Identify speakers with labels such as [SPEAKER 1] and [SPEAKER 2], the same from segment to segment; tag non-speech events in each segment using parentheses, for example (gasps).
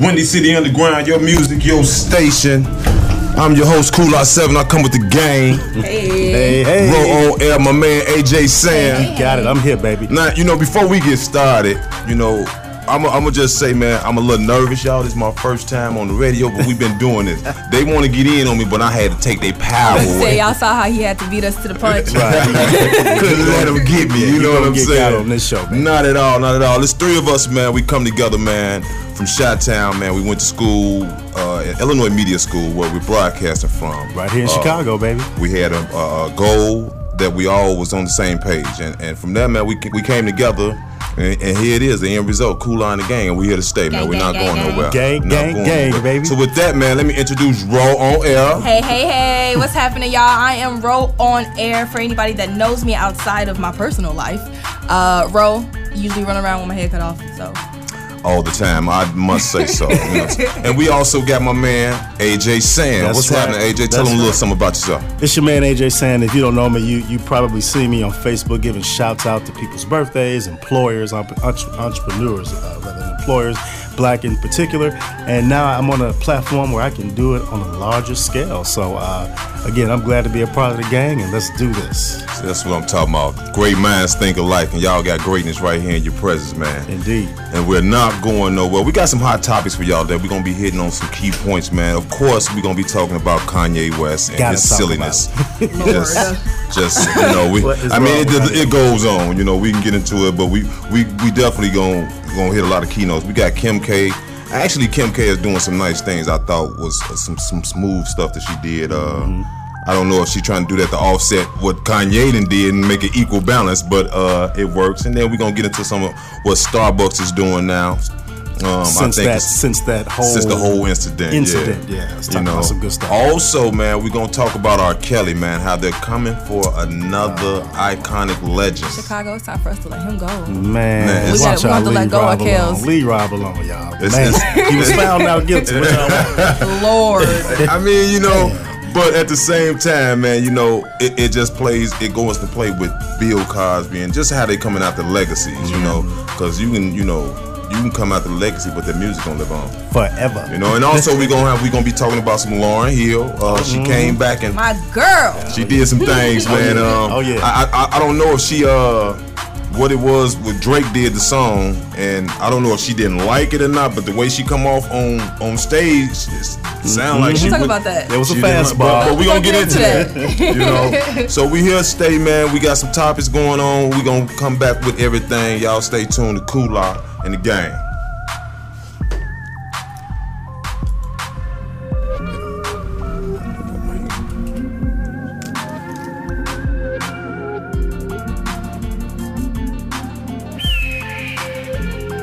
[SPEAKER 1] Windy City Underground, your music, your station. I'm your host, Cool Out Seven. I come with the game.
[SPEAKER 2] Hey, hey.
[SPEAKER 1] Roll on air, my man AJ Sam.
[SPEAKER 2] You Got it. I'm here, baby.
[SPEAKER 1] Now, you know, before we get started, you know, I'm gonna just say, man, I'm a little nervous, y'all. This is my first time on the radio, but we've been doing
[SPEAKER 2] (laughs)
[SPEAKER 1] this. They want to get in on me, but I had to take their power
[SPEAKER 3] Say
[SPEAKER 1] away.
[SPEAKER 3] y'all saw how he had to beat us to the punch.
[SPEAKER 1] (laughs) Couldn't let them get me. you
[SPEAKER 2] you
[SPEAKER 1] know what
[SPEAKER 2] gonna
[SPEAKER 1] I'm
[SPEAKER 2] get
[SPEAKER 1] saying?
[SPEAKER 2] got on this show, man.
[SPEAKER 1] Not at all. Not at all. It's three of us, man. We come together, man. From Chi-Town, man. We went to school, uh, at Illinois Media School, where we're broadcasting from.
[SPEAKER 2] Right here in
[SPEAKER 1] Uh,
[SPEAKER 2] Chicago, baby.
[SPEAKER 1] we had a, a a goal that we all was on the same page, and, and from that man, we ca- we came together, and, and here it is, the end result. Cool on the gang, and we here to stay, man.
[SPEAKER 4] Gang,
[SPEAKER 1] We're not
[SPEAKER 4] gang,
[SPEAKER 1] going
[SPEAKER 4] gang,
[SPEAKER 1] nowhere.
[SPEAKER 2] gang.
[SPEAKER 1] Not
[SPEAKER 2] Gang,
[SPEAKER 1] going
[SPEAKER 2] gang,
[SPEAKER 1] nowhere.
[SPEAKER 2] baby.
[SPEAKER 1] So with that, man, let me introduce Raw on air.
[SPEAKER 3] Hey, hey, hey, what's happening, y'all? I am Ro on air for anybody that knows me outside of my personal life. Uh, Ro usually run around with my hair cut off, so.
[SPEAKER 1] all the time. I must say so. you know.
[SPEAKER 4] (laughs)
[SPEAKER 1] And we also got my man AJ Sam.
[SPEAKER 2] That's
[SPEAKER 1] What's
[SPEAKER 2] right.
[SPEAKER 1] happening, AJ? Tell
[SPEAKER 2] That's
[SPEAKER 1] him a little
[SPEAKER 2] right.
[SPEAKER 1] something about yourself.
[SPEAKER 2] It's your man AJ saying if you don't know me, you you probably see me on Facebook giving shouts out to people's birthdays, employers, entre- entrepreneurs, uh, rather than employers, black in particular. And now I'm on a platform where I can do it on a larger scale. So uh, again, I'm glad to be a part of the gang, and let's do this.
[SPEAKER 1] So that's what I'm talking about. Great minds think alike, and y'all got greatness right here in your presence, man.
[SPEAKER 2] Indeed.
[SPEAKER 1] and we're not going nowhere. We got some hot topics for y'all that we're gonna be hitting on some key points, man. Of course, we're gonna be talking about Kanye West and
[SPEAKER 2] Gotta
[SPEAKER 1] his
[SPEAKER 2] talk
[SPEAKER 1] silliness. just, just you know, we.
[SPEAKER 2] What is
[SPEAKER 1] I mean, it,
[SPEAKER 2] wrong with
[SPEAKER 1] it goes on. You know, we can get into it, but we we we definitely gonna gonna hit a lot of keynotes. We got Kim K. Actually, Kim K is doing some nice things. I thought was uh, some some smooth stuff that she did. Uh, I don't know if she's trying to do that to offset what Kanye done did and make an equal balance, but uh, it works. And then we're gonna get into some of what Starbucks is doing now. Um,
[SPEAKER 2] Since that,
[SPEAKER 1] it's-
[SPEAKER 2] since that whole
[SPEAKER 1] since the whole incident.
[SPEAKER 2] Oh, incident,
[SPEAKER 1] yeah.
[SPEAKER 2] yeah. Let's talk about some good stuff.
[SPEAKER 1] Also, man, we're gonna talk about R. Kelly, man, how they're coming for another iconic legend.
[SPEAKER 3] Chicago, it's time for us to let him go.
[SPEAKER 2] Man,
[SPEAKER 1] Man,
[SPEAKER 3] We gotta- we
[SPEAKER 2] watch y'all
[SPEAKER 3] have to let
[SPEAKER 2] leave
[SPEAKER 3] go of
[SPEAKER 2] Rob alone.
[SPEAKER 3] Kells.
[SPEAKER 2] Leave Rob alone, y'all.
[SPEAKER 1] It's-
[SPEAKER 2] Man,
[SPEAKER 1] it's-
[SPEAKER 2] he was found out
[SPEAKER 1] (laughs)
[SPEAKER 2] guilty. What y'all want? (laughs)
[SPEAKER 3] Lord.
[SPEAKER 1] I mean, you know, but at the same time, man, you know, it, it just plays, it goes to play with Bill Cosby and just how they coming out the legacies, you know,
[SPEAKER 2] Mm-hmm.
[SPEAKER 1] because you can, you know, you can come out the legacy, but the music gonna live on.
[SPEAKER 2] Forever.
[SPEAKER 1] You know, and also we gonna have we gonna be talking about some Lauren Hill. Uh, she
[SPEAKER 2] Mm-hmm.
[SPEAKER 1] came back and
[SPEAKER 3] My girl.
[SPEAKER 1] She did some things, man. Um,
[SPEAKER 2] Oh, yeah.
[SPEAKER 1] I, I I don't know if she uh what it was when Drake did the song, and I don't know if she didn't like it or not. But the way she come off on on stage, it sound like she
[SPEAKER 3] We'll talk
[SPEAKER 1] would-
[SPEAKER 3] about that.
[SPEAKER 2] It was a
[SPEAKER 1] she didn't like-
[SPEAKER 2] fastball.
[SPEAKER 1] But, but we
[SPEAKER 3] We
[SPEAKER 1] gonna
[SPEAKER 3] gonna
[SPEAKER 1] get
[SPEAKER 3] get
[SPEAKER 1] into
[SPEAKER 3] into
[SPEAKER 1] that. you know. So we here, stay, man. We got some topics going on. We gonna come back with everything. Y'all stay tuned to Kula and the game.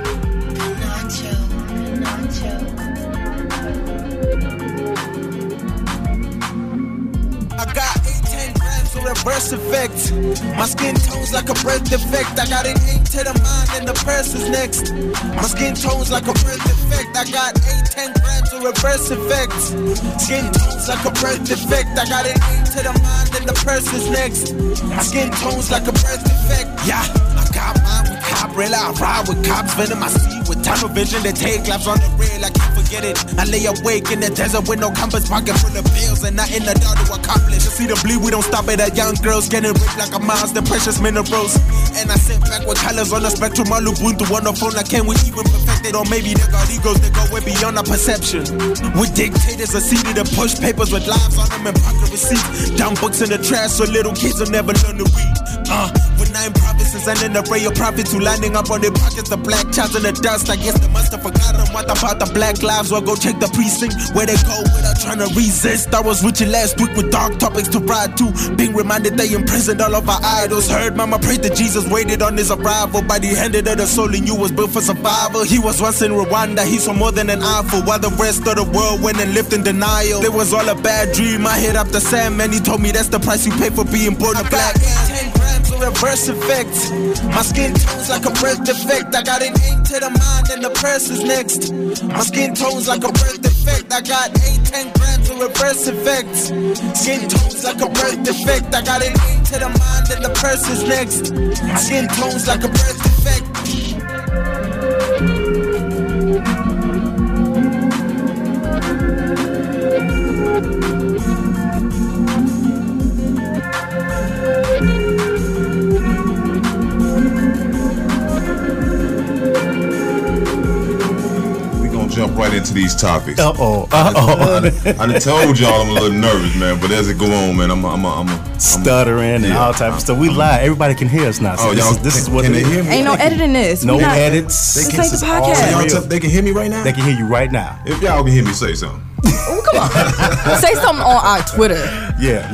[SPEAKER 4] Nacho, Nacho.
[SPEAKER 5] I got 8, 10 grams with reverse effect. My skin tones like a birth defect. I got an eight to the mind and the verse is next. My skin tones like a birth defect. I got 8, 10 grams with reverse effect. Skin tones like a birth defect. I got an eight to the mind and the verse is next. My skin tones like a birth defect. Yeah, I got mine with Cabrilla. I ride with cops, venom. I see with tunnel vision. They take laps on the rail. I can't forget it. I lay awake in the desert with no compass, pocket full of bills, and nothing at all to accomplish. You see the bleed, we don't stop it at young girls getting ripped like a monster, precious minerals. And I sit back with colors on the spectrum. All Ubuntu on the phone. I can't we even perfect it, or maybe they got egos that go way beyond our perception. With dictators are seated to push papers with lives on them and pocket receipts. Down books in the trash, so little kids will never learn to read. Uh, with nine provinces and an array of prophets who lining up on their pockets, the black child in the dust. I guess they must have forgotten what about the black lives. Well, go check the precinct where they go without trying to resist. I was with you last week with dark topics to ride to. Being reminded they imprisoned all of our idols. Heard mama prayed that Jesus waited on his arrival. By the hand of the soul in you was built for survival. He was once in Rwanda, he's for more than an awful. While the rest of the world went and lived in denial. It was all a bad dream. I hit up the sand, man. He told me that's the price you pay for being born a black. man. 10 grams of reverse effect. My skin tones like a birth defect. I got an eight to the mind and the press is next. My skin tones like a birth defect. I got eight, ten grams of reverse effect. Skin tones like a birth defect. I got an eight to the mind and the press is next. My skin tones like a birth defect.
[SPEAKER 1] into these topics.
[SPEAKER 2] Uh oh. Uh oh.
[SPEAKER 1] I done told y'all I'm a little nervous, man. But as it go on, man, I'm, a, I'm, a, I'm, a, I'm a-
[SPEAKER 2] (laughs) Stuttering and
[SPEAKER 1] Yeah.
[SPEAKER 2] all type of stuff. We lie. Everybody can hear us now. So
[SPEAKER 1] Oh,
[SPEAKER 2] this,
[SPEAKER 1] y'all,
[SPEAKER 2] is, this
[SPEAKER 1] can,
[SPEAKER 2] is what
[SPEAKER 1] can
[SPEAKER 2] it
[SPEAKER 1] they
[SPEAKER 2] is.
[SPEAKER 1] hear me?
[SPEAKER 3] Ain't no editing this.
[SPEAKER 2] No
[SPEAKER 3] We not-
[SPEAKER 2] edits.
[SPEAKER 3] This
[SPEAKER 2] This
[SPEAKER 3] ain't the
[SPEAKER 2] is all
[SPEAKER 1] So
[SPEAKER 3] podcast.
[SPEAKER 1] y'all,
[SPEAKER 2] real.
[SPEAKER 1] tell- they can hear me right now.
[SPEAKER 2] They can hear you right now.
[SPEAKER 1] if y'all can hear me, say something.
[SPEAKER 3] Say something on our Twitter.
[SPEAKER 2] Yeah,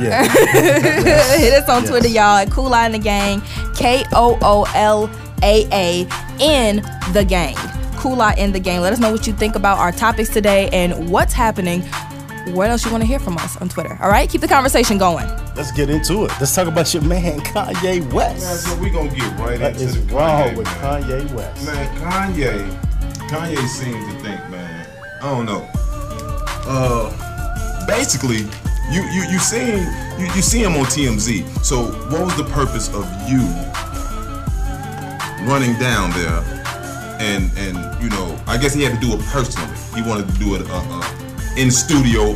[SPEAKER 1] (laughs)
[SPEAKER 2] yeah.
[SPEAKER 3] (laughs) Hit us on Twitter, y'all. At Cool Eye in the Gang, K O O L A A in the gang. Cool Eye in the gang. Let us know what you think about our topics today and what's happening. What else you want to hear from us on Twitter? All right, keep the conversation going.
[SPEAKER 2] Let's get into it. Let's talk about your man Kanye
[SPEAKER 1] so
[SPEAKER 2] West.
[SPEAKER 1] we gonna get right
[SPEAKER 2] What
[SPEAKER 1] into
[SPEAKER 2] is
[SPEAKER 1] the
[SPEAKER 2] wrong
[SPEAKER 1] Kanye,
[SPEAKER 2] with
[SPEAKER 1] man.
[SPEAKER 2] Kanye West?
[SPEAKER 1] Man, Kanye, Kanye seems to think, man. I don't know. Uh, basically, you you you seen you, you see him on TMZ. So what was the purpose of you running down there? And and you know, I guess he had to do it personally. He wanted to do it uh, uh, in studio.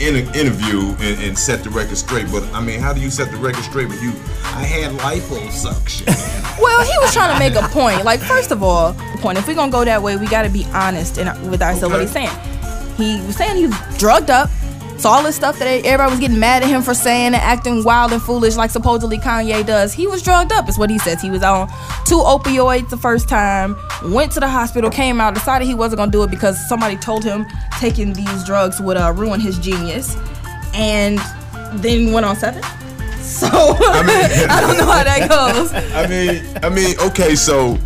[SPEAKER 1] In an interview and, and set the record straight, but I mean, how do you set the record straight with you? I had liposuction. (laughs)
[SPEAKER 3] Well, he was trying to make a point. Like, first of all, point. If we're gonna go that way, we gotta be honest and with ourselves. What he's
[SPEAKER 1] Okay.
[SPEAKER 3] saying. He was saying he was drugged up. So all this stuff that everybody was getting mad at him for saying and acting wild and foolish, like supposedly Kanye does. He was drugged up, is what he says. He was on two opioids the first time. Went to the hospital, came out, decided he wasn't gonna do it because somebody told him taking these drugs would uh, ruin his genius, and then went on seven. So (laughs) I,
[SPEAKER 1] mean-
[SPEAKER 3] don't know how
[SPEAKER 1] (laughs)
[SPEAKER 3] that goes.
[SPEAKER 1] I mean, I mean, okay, so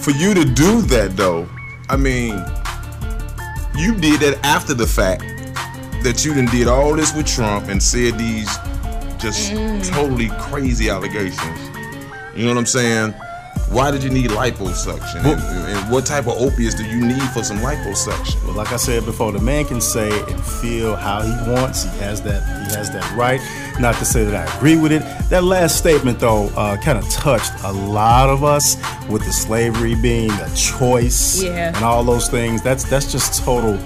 [SPEAKER 1] for you to do that though, I mean, you did that after the fact that you done did all this with Trump and said these just totally crazy allegations. You know what I'm saying? Why did you need liposuction? And, and what type of opiates do you need for some liposuction?
[SPEAKER 2] But like I said before, the man can say and feel how he wants. He has that. He has that right. Not to say that I agree with it. That last statement, though, uh, kind of touched a lot of us with the slavery being a choice
[SPEAKER 3] Yeah.
[SPEAKER 2] and all those things. That's that's just total.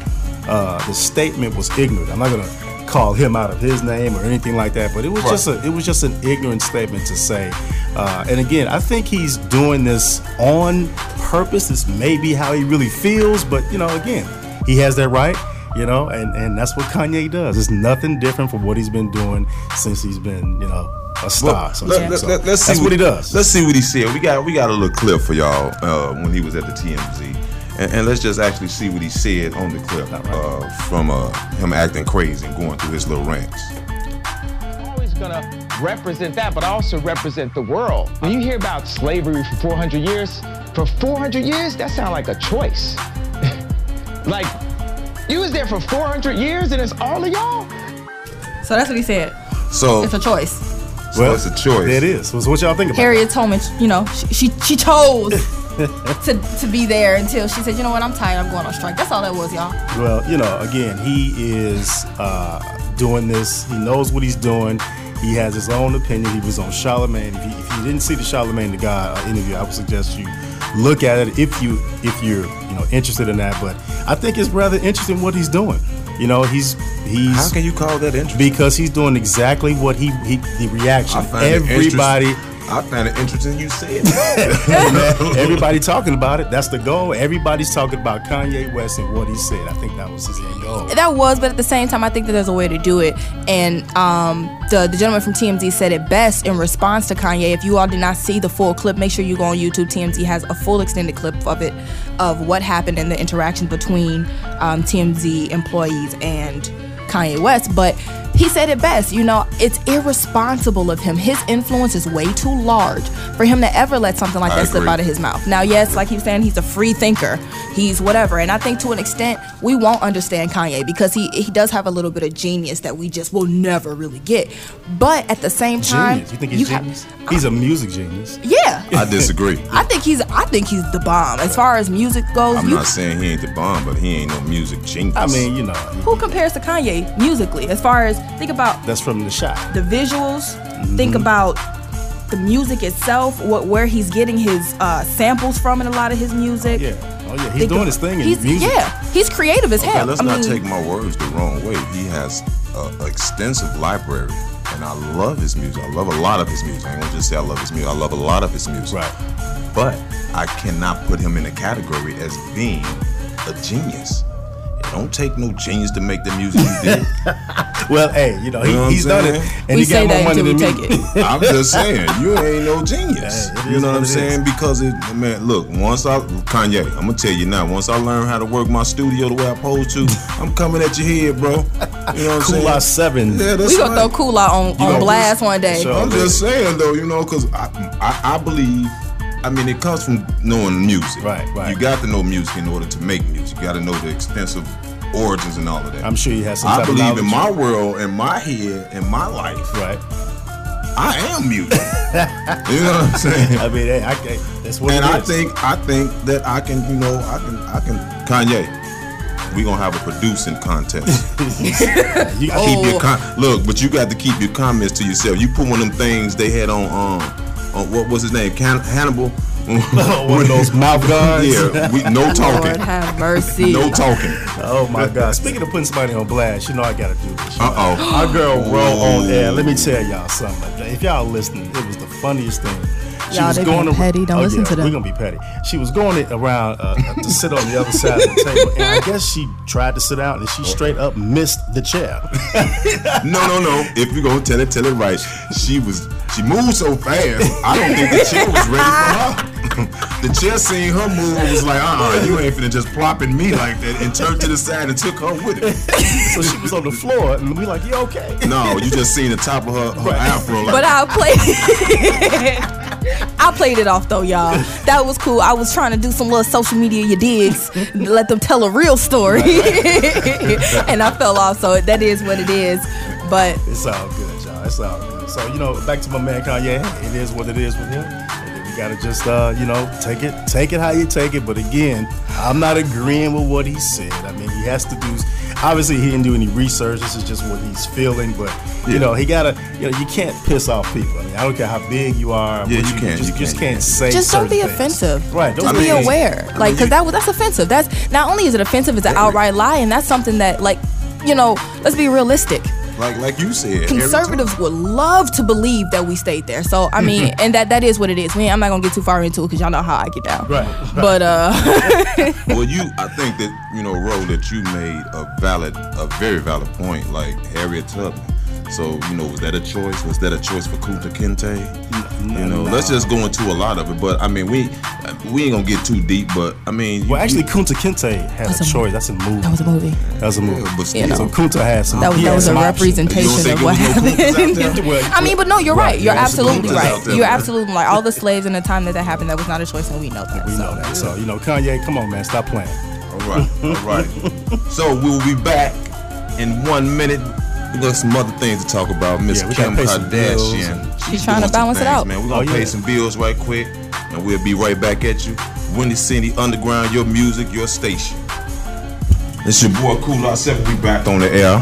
[SPEAKER 2] Uh, the statement was ignorant. I'm not gonna call him out of his name or anything like that, but it was
[SPEAKER 1] Right.
[SPEAKER 2] just a, it was just an ignorant statement to say. Uh, and again, I think he's doing this on purpose. This may be how he really feels, but you know, again, he has that right, you know, and, and that's what Kanye does. It's nothing different from what he's been doing since he's been, you know, a star. so to
[SPEAKER 1] let,
[SPEAKER 2] speak.
[SPEAKER 1] let,
[SPEAKER 2] So
[SPEAKER 1] let, us see
[SPEAKER 2] that's what, he does.
[SPEAKER 1] Let's see what he said. We got we got a little clip for y'all uh, when he was at the TMZ, and, and let's just actually see what he said on the clip uh, from uh, him acting crazy and going through his little rants.
[SPEAKER 6] always gonna represent that, but I also represent the world. When you hear about slavery for 400 years, for 400 years, that sounds like a choice. (laughs) like, you was there for 400 years and it's all of y'all?
[SPEAKER 3] So that's what he said.
[SPEAKER 1] So,
[SPEAKER 3] It's a choice.
[SPEAKER 1] so it's a choice.
[SPEAKER 2] There it is. So what y'all think about? that?
[SPEAKER 3] Harriet Tubman, you know, she she, she chose to to be there until she said, you know what, I'm tired. I'm going on strike. That's all that was, y'all.
[SPEAKER 2] Well, you know, again, he is uh, doing this. He knows what he's doing. He has his own opinion. He was on Charlemagne. If you, if you didn't see the Charlemagne the God uh, interview, I would suggest you look at it if you if you're you know interested in that. But I think it's rather interesting what he's doing. You know, he's he's
[SPEAKER 1] How can you call that interesting?
[SPEAKER 2] because he's doing exactly what he, he the reaction.
[SPEAKER 1] I find it
[SPEAKER 2] Everybody.
[SPEAKER 1] interesting- I find it interesting you said.
[SPEAKER 2] (laughs)
[SPEAKER 1] that. (laughs)
[SPEAKER 2] Everybody talking about it. That's the goal. Everybody's talking about Kanye West and what he said. I think that was his end goal.
[SPEAKER 3] That was, but at the same time, I think that there's a way to do it. And um, the the gentleman from TMZ said it best in response to Kanye. If you all did not see the full clip, make sure you go on YouTube. TMZ has a full extended clip of it of what happened and the interaction between um, TMZ employees and Kanye West, but he said it best. You know, it's irresponsible of him. His influence is way too large for him to ever let something like
[SPEAKER 1] I
[SPEAKER 3] that slip
[SPEAKER 1] agree.
[SPEAKER 3] out of his mouth. Now, yes, like he was saying, he's a free thinker. He's whatever, and I think to an extent we won't understand Kanye because he he does have a little bit of genius that we just will never really get. But at the same time,
[SPEAKER 2] Genius. You think he's
[SPEAKER 3] ha-
[SPEAKER 2] genius? he's a music genius.
[SPEAKER 3] yeah.
[SPEAKER 1] I disagree.
[SPEAKER 3] I think he's I think he's the bomb as far as music goes.
[SPEAKER 1] I'm
[SPEAKER 3] you
[SPEAKER 1] not saying he ain't the bomb, but he ain't no music genius.
[SPEAKER 2] I mean, you know,
[SPEAKER 3] who compares to Kanye musically? As far as think about
[SPEAKER 2] that's from the Mm-hmm. shot.
[SPEAKER 3] the visuals think about the music itself what where he's getting his uh, samples from in a lot of his music
[SPEAKER 2] Yeah. Oh yeah, he's
[SPEAKER 3] Think
[SPEAKER 2] doing
[SPEAKER 3] of-
[SPEAKER 2] his thing in
[SPEAKER 3] he's,
[SPEAKER 2] music.
[SPEAKER 3] yeah he's creative as
[SPEAKER 1] Okay,
[SPEAKER 3] hell
[SPEAKER 1] let's
[SPEAKER 3] I
[SPEAKER 1] not
[SPEAKER 3] mean,
[SPEAKER 1] take my words the wrong way. He has an extensive library, and I love his music. I love a lot of his music. I ain't gonna just say I love his music. I love a lot of his music.
[SPEAKER 2] Right.
[SPEAKER 1] But I cannot put him in a category as being a genius. It don't take no genius to make the music you
[SPEAKER 2] (laughs)
[SPEAKER 1] did.
[SPEAKER 2] Well, hey, you know, he,
[SPEAKER 1] You know what I'm
[SPEAKER 2] he's done it,
[SPEAKER 1] saying?
[SPEAKER 2] and
[SPEAKER 3] we
[SPEAKER 2] he got
[SPEAKER 3] say
[SPEAKER 2] more
[SPEAKER 3] that
[SPEAKER 2] money
[SPEAKER 3] until we
[SPEAKER 2] than me.
[SPEAKER 3] take it.
[SPEAKER 1] I'm just saying, you ain't no genius.
[SPEAKER 2] Hey, it
[SPEAKER 1] you
[SPEAKER 2] is
[SPEAKER 1] know what
[SPEAKER 2] what
[SPEAKER 1] I'm
[SPEAKER 2] it
[SPEAKER 1] saying? Because it, man, look, once I, Kanye, I'm gonna tell you now. Once I learn how to work my studio the way I'm supposed
[SPEAKER 2] (laughs)
[SPEAKER 1] to, I'm coming at your head, bro. You know what I'm saying?
[SPEAKER 2] Cool Out Seven.
[SPEAKER 1] Yeah, that's
[SPEAKER 3] We gonna
[SPEAKER 1] right.
[SPEAKER 3] throw Cool Out on,
[SPEAKER 2] gonna
[SPEAKER 3] on blast
[SPEAKER 2] lose-
[SPEAKER 3] one day.
[SPEAKER 2] So-
[SPEAKER 1] I'm just saying though, you know, because I, I I believe. I mean, it comes from knowing music.
[SPEAKER 2] Right, right.
[SPEAKER 1] You got to know music in order to make music. You got to know the extensive origins and all of that.
[SPEAKER 2] I'm sure you have some.
[SPEAKER 1] I
[SPEAKER 2] type of
[SPEAKER 1] believe in my
[SPEAKER 2] knowledge.
[SPEAKER 1] world, in my head, in my life.
[SPEAKER 2] Right.
[SPEAKER 1] I am
[SPEAKER 2] (laughs)
[SPEAKER 1] music. you know what I'm saying?
[SPEAKER 2] I mean, hey, I, I, that's what.
[SPEAKER 1] And
[SPEAKER 2] it
[SPEAKER 1] I
[SPEAKER 2] is.
[SPEAKER 1] think I think that I can, you know, I can I can Kanye. We gonna have a producing contest.
[SPEAKER 2] You- I
[SPEAKER 1] keep your
[SPEAKER 3] Oh.
[SPEAKER 1] com- look, but you got to keep your comments to yourself. You put one of them things they had on um on what was his name Can- Hannibal.
[SPEAKER 2] (laughs) one
[SPEAKER 1] (laughs)
[SPEAKER 2] of those mouth guns.
[SPEAKER 1] yeah, we
[SPEAKER 2] (laughs)
[SPEAKER 1] no
[SPEAKER 3] Lord
[SPEAKER 1] talking,
[SPEAKER 3] have mercy.
[SPEAKER 1] no talking.
[SPEAKER 2] Oh my God! Speaking of putting somebody on blast, you know I gotta do this. you know.
[SPEAKER 1] Uh oh.
[SPEAKER 2] Our girl Ro on
[SPEAKER 1] Ooh.
[SPEAKER 2] air. Let me tell y'all something. If y'all listening, it was the funniest thing. She
[SPEAKER 3] Y'all,
[SPEAKER 2] was
[SPEAKER 3] they
[SPEAKER 2] going
[SPEAKER 3] being
[SPEAKER 2] ar-
[SPEAKER 3] petty. Don't listen to them.
[SPEAKER 2] We're gonna be petty. She was going it around uh, to sit on the other side of the table, and I guess she tried to sit out, and
[SPEAKER 3] Oh.
[SPEAKER 2] she straight up missed the chair.
[SPEAKER 1] No, no, no. If you gonna tell it, tell it right. She was she moved so fast. I don't think the chair was ready for her. (laughs) the chair seen her move and was like, uh, uh you ain't finna just plopping me like that, and turned to the side and took her with it.
[SPEAKER 2] so she was on the floor, and we like, you okay?
[SPEAKER 1] No, you just seen the top of her, her afro. Like,
[SPEAKER 3] But I played. (laughs) I played it off though, y'all. That was cool. I was trying to do some little social media, you digs, let them tell a real story, (laughs) and I fell off. So that is what it is. But
[SPEAKER 2] It's all good, y'all. It's all good. So you know, back to my man Kanye. It is what it is with him. And then we gotta just uh, you know, take it, take it how you take it. But again, I'm not agreeing with what he said. I mean, he has to do. Obviously, he didn't do any research. This is just what he's feeling. But you
[SPEAKER 1] Yeah.
[SPEAKER 2] know, he gotta. You know, you can't piss off people. I mean, I don't care how big you are.
[SPEAKER 1] Yeah,
[SPEAKER 2] what
[SPEAKER 1] you
[SPEAKER 2] do,
[SPEAKER 1] can't,
[SPEAKER 2] Just,
[SPEAKER 1] you
[SPEAKER 2] just
[SPEAKER 1] can't,
[SPEAKER 2] can't
[SPEAKER 1] you
[SPEAKER 2] say.
[SPEAKER 3] just don't be
[SPEAKER 2] certain things.
[SPEAKER 3] offensive.
[SPEAKER 2] Right.
[SPEAKER 3] Just
[SPEAKER 1] I
[SPEAKER 3] be
[SPEAKER 1] mean-
[SPEAKER 3] aware,
[SPEAKER 1] I
[SPEAKER 3] like,
[SPEAKER 1] mean,
[SPEAKER 3] cause
[SPEAKER 1] you-
[SPEAKER 3] that was that's offensive. That's not only is it offensive, it's an outright lie, and that's something that, like, you know, let's be realistic.
[SPEAKER 1] like like you said, every
[SPEAKER 3] Conservatives would love to believe that we stayed there. So I
[SPEAKER 1] Mm-hmm.
[SPEAKER 3] mean, and that that is what it is. We, I'm not gonna get too far into it because y'all know how I get down.
[SPEAKER 2] Right.
[SPEAKER 3] But uh, (laughs)
[SPEAKER 1] time- Well, you, I think that you know, Ro, that you made a valid, a very valid point, like Harriet Tubman. So you know, was that a choice? Was that a choice for Kunta Kinte?
[SPEAKER 2] Mm-hmm.
[SPEAKER 1] You know, let's just go into a lot of it. But I mean, we we ain't gonna get too deep. But I mean, you-
[SPEAKER 2] Well, actually,
[SPEAKER 1] you-
[SPEAKER 2] Kunta Kinte had
[SPEAKER 3] That's
[SPEAKER 2] a
[SPEAKER 3] a-
[SPEAKER 2] choice. That's a movie.
[SPEAKER 3] that was a movie.
[SPEAKER 2] That was a movie.
[SPEAKER 1] Yeah, but
[SPEAKER 3] You know.
[SPEAKER 2] So Kunta had some.
[SPEAKER 3] That was,
[SPEAKER 2] he
[SPEAKER 3] that
[SPEAKER 2] had
[SPEAKER 3] was a
[SPEAKER 2] some options.
[SPEAKER 1] you don't
[SPEAKER 3] representation
[SPEAKER 1] think
[SPEAKER 3] of
[SPEAKER 1] there
[SPEAKER 3] what
[SPEAKER 1] was no
[SPEAKER 3] happened.
[SPEAKER 1] Kuntas out
[SPEAKER 3] (laughs)
[SPEAKER 1] there?
[SPEAKER 2] Well,
[SPEAKER 3] I mean, but no, you're right.
[SPEAKER 2] Right,
[SPEAKER 3] You're
[SPEAKER 2] yeah, it's a
[SPEAKER 3] absolutely
[SPEAKER 1] Kuntas
[SPEAKER 3] right.
[SPEAKER 1] out there,
[SPEAKER 3] You're
[SPEAKER 1] man.
[SPEAKER 3] absolutely right. All the slaves in the time that that happened, that was not a choice, and we know that.
[SPEAKER 2] We
[SPEAKER 3] so.
[SPEAKER 2] know that. So, you know, Kanye, come on, man, stop playing.
[SPEAKER 1] All right, all right. so we'll be back in one minute. We got some other things to talk about. Miss
[SPEAKER 2] Yeah, we gotta
[SPEAKER 1] Kim
[SPEAKER 2] pay some bills.
[SPEAKER 1] Kardashian.
[SPEAKER 3] She's trying to
[SPEAKER 1] doing some
[SPEAKER 3] balance it
[SPEAKER 1] things,
[SPEAKER 3] out.
[SPEAKER 1] man. We're gonna
[SPEAKER 2] Oh,
[SPEAKER 1] pay
[SPEAKER 2] yeah.
[SPEAKER 1] some bills right quick, and we'll be right back at you. Windy City Underground, your music, your station. It's your boy Cool Ourselves. We back on the air,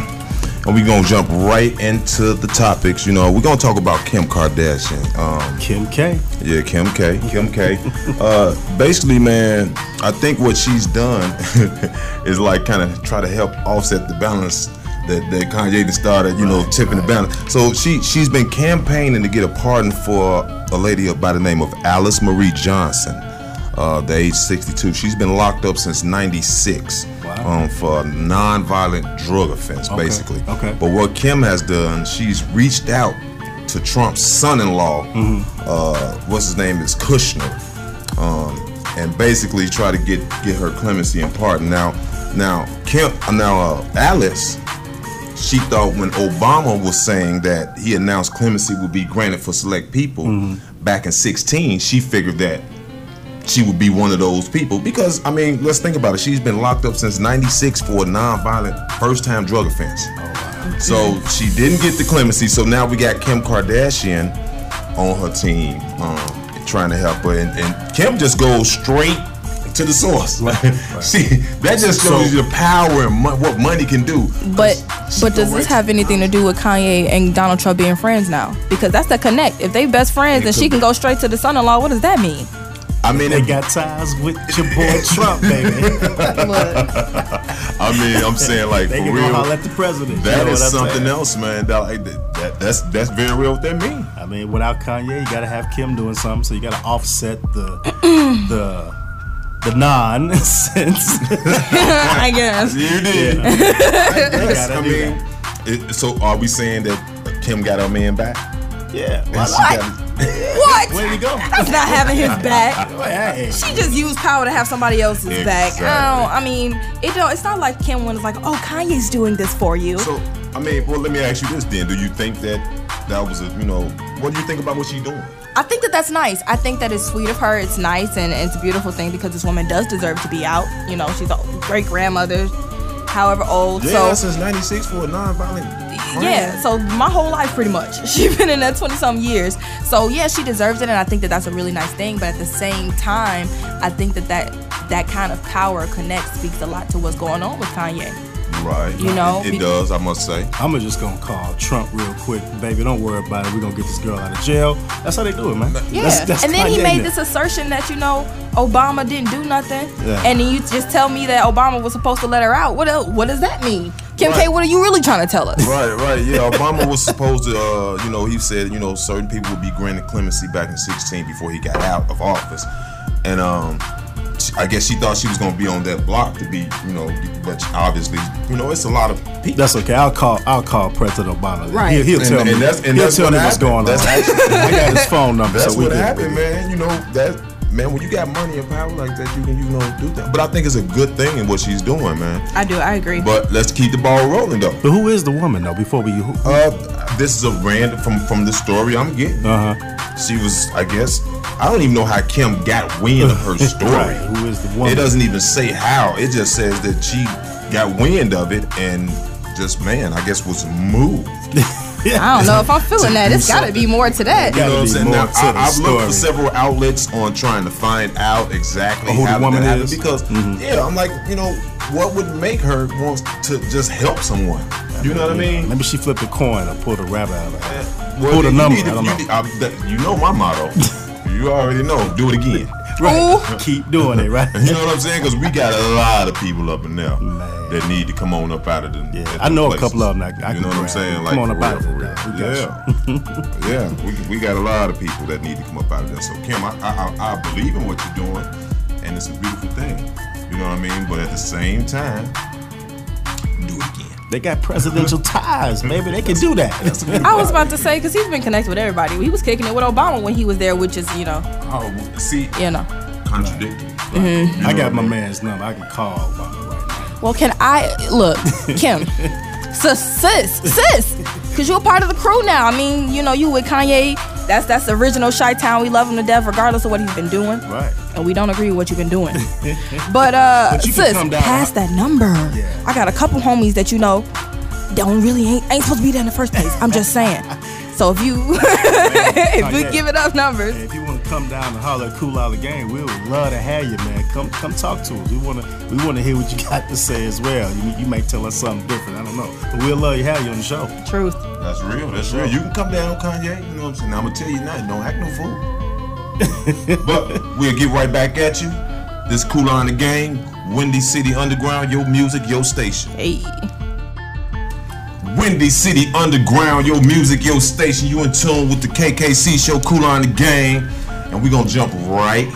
[SPEAKER 1] and we gonna jump right into the topics. You know, we're gonna talk about Kim Kardashian. Um,
[SPEAKER 2] Kim K.
[SPEAKER 1] yeah, Kim K. Kim K. Uh, basically, man, I think what she's done (laughs) is like kind of try to help offset the balance that, that Kanye done started, you know, tipping the balance. So she she's been campaigning to get a pardon for a lady by the name of Alice Marie Johnson, uh, the age 62. She's been locked up since '96 um, for a nonviolent drug offense, basically.
[SPEAKER 2] okay.
[SPEAKER 1] But what Kim has done, she's reached out to Trump's son-in-law,
[SPEAKER 2] Mm-hmm.
[SPEAKER 1] uh, what's his name is Kushner, um, and basically try to get get her clemency and pardon. Now, now Kim, now uh, Alice, she thought when Obama was saying that he announced clemency would be granted for select people
[SPEAKER 2] Mm-hmm.
[SPEAKER 1] back in 16, she figured that she would be one of those people because I mean, let's think about it. She's been locked up since '96 for a nonviolent first-time drug offense.
[SPEAKER 2] Oh,
[SPEAKER 1] So she didn't get the clemency. So now we got Kim Kardashian on her team, um, trying to help her, and, and Kim just goes straight to the source. (laughs) Like, she that just shows you the power and mo- what money can do.
[SPEAKER 3] But
[SPEAKER 1] She
[SPEAKER 3] but does this
[SPEAKER 1] go right-
[SPEAKER 3] have anything to do with Kanye and Donald Trump being friends now? Because that's the connect. If they best friends,
[SPEAKER 1] It
[SPEAKER 3] then
[SPEAKER 1] could
[SPEAKER 3] she can
[SPEAKER 1] be.
[SPEAKER 3] go straight to the son-in-law. What does that mean? (laughs)
[SPEAKER 1] I mean,
[SPEAKER 2] They
[SPEAKER 1] it,
[SPEAKER 2] got ties with your
[SPEAKER 1] (laughs)
[SPEAKER 2] boy Trump, baby.
[SPEAKER 1] I mean,
[SPEAKER 2] (laughs)
[SPEAKER 1] I'm saying like
[SPEAKER 2] They
[SPEAKER 1] for
[SPEAKER 2] can go holler
[SPEAKER 1] real.
[SPEAKER 2] at the president.
[SPEAKER 1] That
[SPEAKER 2] you know
[SPEAKER 1] is
[SPEAKER 2] what I'm
[SPEAKER 1] something
[SPEAKER 2] saying?
[SPEAKER 1] else, man. That, like, that, that that's that's very real what that means. (clears throat)
[SPEAKER 2] I mean, without Kanye, you gotta have Kim doing something, so you gotta offset the the the nonsense.
[SPEAKER 1] (laughs)
[SPEAKER 3] I guess.
[SPEAKER 1] You did.
[SPEAKER 2] gotta
[SPEAKER 1] I
[SPEAKER 2] do
[SPEAKER 1] mean, it, so are we saying that Kim got her man back?
[SPEAKER 2] yeah.
[SPEAKER 1] And
[SPEAKER 2] Well,
[SPEAKER 1] she
[SPEAKER 2] I-
[SPEAKER 1] got-
[SPEAKER 3] What?
[SPEAKER 2] Way to go.
[SPEAKER 3] That's not having his back.
[SPEAKER 1] (laughs)
[SPEAKER 2] Hey.
[SPEAKER 3] She just used power to have somebody else's back.
[SPEAKER 1] Exactly.
[SPEAKER 3] I don't. I mean, it don't. It's not like Kim when it's like, oh, Kanye's doing this for you.
[SPEAKER 1] so I mean, well, let me ask you this then: Do you think that that was a you know what do you think about what she's doing?
[SPEAKER 3] I think that that's nice. I think that it's sweet of her. It's nice and it's a beautiful thing because this woman does deserve to be out. You know, she's a great grandmother, however old. so
[SPEAKER 1] since '96 for a nonviolent.
[SPEAKER 3] yeah, so my whole life pretty much. (laughs) She's been in that 20 some years. So yeah, she deserves it and I think that that's a really nice thing, but at the same time, I think that that that kind of power connects speaks a lot to what's going on with Kanye.
[SPEAKER 1] Right.
[SPEAKER 3] You know,
[SPEAKER 1] it,
[SPEAKER 3] be-
[SPEAKER 1] it does. I must say.
[SPEAKER 2] I'm just gonna call Trump real quick, baby. Don't worry about it. We're gonna get this girl out of jail. That's how they do it, man.
[SPEAKER 3] Yeah.
[SPEAKER 2] That's- that's
[SPEAKER 3] and then he
[SPEAKER 2] Kanye
[SPEAKER 3] made
[SPEAKER 2] now.
[SPEAKER 3] this assertion that, you know, Obama didn't do nothing.
[SPEAKER 2] Yeah.
[SPEAKER 3] And then you just tell me that Obama was supposed to let her out. What else, what does that mean? Kim K,
[SPEAKER 1] Right.
[SPEAKER 3] what are you really trying to tell us?
[SPEAKER 1] Right, right, yeah. Obama was supposed to, uh, you know, he said, you know, certain people would be granted clemency back in 16 before he got out of office, and um, she- I guess she thought she was gonna be on that block to be, you know, but obviously, you know, it's a lot of people.
[SPEAKER 2] That's okay. I'll call. I'll call President Obama.
[SPEAKER 3] Right.
[SPEAKER 2] He'll, he'll
[SPEAKER 1] And-
[SPEAKER 2] tell
[SPEAKER 1] and
[SPEAKER 2] me.
[SPEAKER 1] that's- and
[SPEAKER 2] he'll
[SPEAKER 1] that's
[SPEAKER 2] tell
[SPEAKER 1] what
[SPEAKER 2] me what's
[SPEAKER 1] happened.
[SPEAKER 2] going on.
[SPEAKER 1] That's actually-
[SPEAKER 2] (laughs) I got his phone number.
[SPEAKER 1] That's
[SPEAKER 2] so we
[SPEAKER 1] what
[SPEAKER 2] good,
[SPEAKER 1] happened,
[SPEAKER 2] baby.
[SPEAKER 1] man. You know that man. When you got money and power like that, you can you know do that. But I think it's a good thing in what she's doing, man.
[SPEAKER 3] I do, I agree.
[SPEAKER 1] But let's keep the ball rolling though.
[SPEAKER 2] But who is the woman though? Before we, who,
[SPEAKER 1] Uh, this is a random from from the story I'm getting.
[SPEAKER 2] uh-huh.
[SPEAKER 1] She was, I guess, I don't even know how Kim got wind of
[SPEAKER 2] (laughs)
[SPEAKER 1] her story.
[SPEAKER 2] Right. Who is the woman?
[SPEAKER 1] It
[SPEAKER 2] (laughs)
[SPEAKER 1] doesn't even say how. It just says that she got wind of it and just man, I guess was moved.
[SPEAKER 3] I don't
[SPEAKER 2] (laughs)
[SPEAKER 3] know if I'm feeling that. It's got to be more to that.
[SPEAKER 1] You know
[SPEAKER 2] Gotta
[SPEAKER 1] what I'm
[SPEAKER 2] be
[SPEAKER 1] saying?
[SPEAKER 2] more
[SPEAKER 1] Now,
[SPEAKER 2] to
[SPEAKER 1] I,
[SPEAKER 2] the
[SPEAKER 1] I've looked for
[SPEAKER 2] story.
[SPEAKER 1] several outlets on trying to find out exactly
[SPEAKER 2] Who the
[SPEAKER 1] how that
[SPEAKER 2] woman
[SPEAKER 1] happened
[SPEAKER 2] is? Mm-hmm.
[SPEAKER 1] because yeah, I'm like, you know, what would make her want to just help someone? You know what I mean?
[SPEAKER 2] Maybe she flipped a coin or pulled a rabbit out of her.
[SPEAKER 1] Well,
[SPEAKER 2] Pull the
[SPEAKER 1] you
[SPEAKER 2] number.
[SPEAKER 1] need to-
[SPEAKER 2] I don't
[SPEAKER 1] you
[SPEAKER 2] know.
[SPEAKER 1] need- I- that- you know my motto. you already know. Do it again.
[SPEAKER 3] Ooh.
[SPEAKER 2] (laughs) Keep doing it, right?
[SPEAKER 1] You know what I'm saying? Because we got a lot of people up in there
[SPEAKER 2] Man.
[SPEAKER 1] that need to come on up out of the.
[SPEAKER 2] Yeah,
[SPEAKER 1] at
[SPEAKER 2] I know
[SPEAKER 1] them
[SPEAKER 2] a couple
[SPEAKER 1] places.
[SPEAKER 2] of 'em that I
[SPEAKER 1] you
[SPEAKER 2] can
[SPEAKER 1] know what I'm
[SPEAKER 2] grab.
[SPEAKER 1] saying?
[SPEAKER 2] Come
[SPEAKER 1] Like
[SPEAKER 2] on
[SPEAKER 1] for
[SPEAKER 2] up out
[SPEAKER 1] real,
[SPEAKER 2] of
[SPEAKER 1] for
[SPEAKER 2] it,
[SPEAKER 1] real.
[SPEAKER 2] dog. We
[SPEAKER 1] Yeah,
[SPEAKER 2] (laughs)
[SPEAKER 1] yeah. We, we got a lot of people that need to come up out of there. So Kim, I, I I I believe in what you're doing, and it's a beautiful thing. You know what I mean? But at the same time, do it again.
[SPEAKER 2] They got presidential ties, baby. They can do that.
[SPEAKER 3] I was about to say, because he's been connected with everybody. He was kicking it with Obama when he was there, which is, you know,
[SPEAKER 1] Oh, see,
[SPEAKER 3] you know.
[SPEAKER 1] contradictory. You
[SPEAKER 2] I
[SPEAKER 1] know
[SPEAKER 2] got
[SPEAKER 1] what
[SPEAKER 2] my
[SPEAKER 1] mean?
[SPEAKER 2] man's number. I can call Obama right now.
[SPEAKER 3] Well, can I look,
[SPEAKER 2] (laughs)
[SPEAKER 3] Kim? sis, sis, sis, because you're a part of the crew now. I mean, you know, you with Kanye. That's that's the original Shy Town. We love him to death, regardless of what he's been doing.
[SPEAKER 2] Right.
[SPEAKER 3] And we don't agree with what you've been
[SPEAKER 2] (laughs)
[SPEAKER 3] doing. but uh,
[SPEAKER 2] But you can
[SPEAKER 3] sis,
[SPEAKER 2] come down.
[SPEAKER 3] pass that number.
[SPEAKER 2] Yeah.
[SPEAKER 3] I got a couple homies that you know don't really ain't, ain't supposed to be there in the first place. I'm just
[SPEAKER 2] (laughs)
[SPEAKER 3] saying. So if you (laughs) (laughs) if you
[SPEAKER 2] Kanye.
[SPEAKER 3] give it up numbers,
[SPEAKER 2] Hey, if you want to come down and holler at Cool Out the Game, we would love to have you, man. Come, come talk to us. We want to, we want to hear what you (laughs) got to say as well. You, you might tell us something different. I don't know, but we'll love you have you on the show.
[SPEAKER 3] truth.
[SPEAKER 1] That's real. That's real. You can come down, Kanye. You know what I'm saying? I'm gonna tell you now. Don't act no fool. (laughs) but we'll get right back at you. This cool on the game. Windy City Underground, your music, your station.
[SPEAKER 3] Hey,
[SPEAKER 1] Windy City Underground, your music, your station. You in tune with the KKC show, Cool on the Game, and we're gonna jump right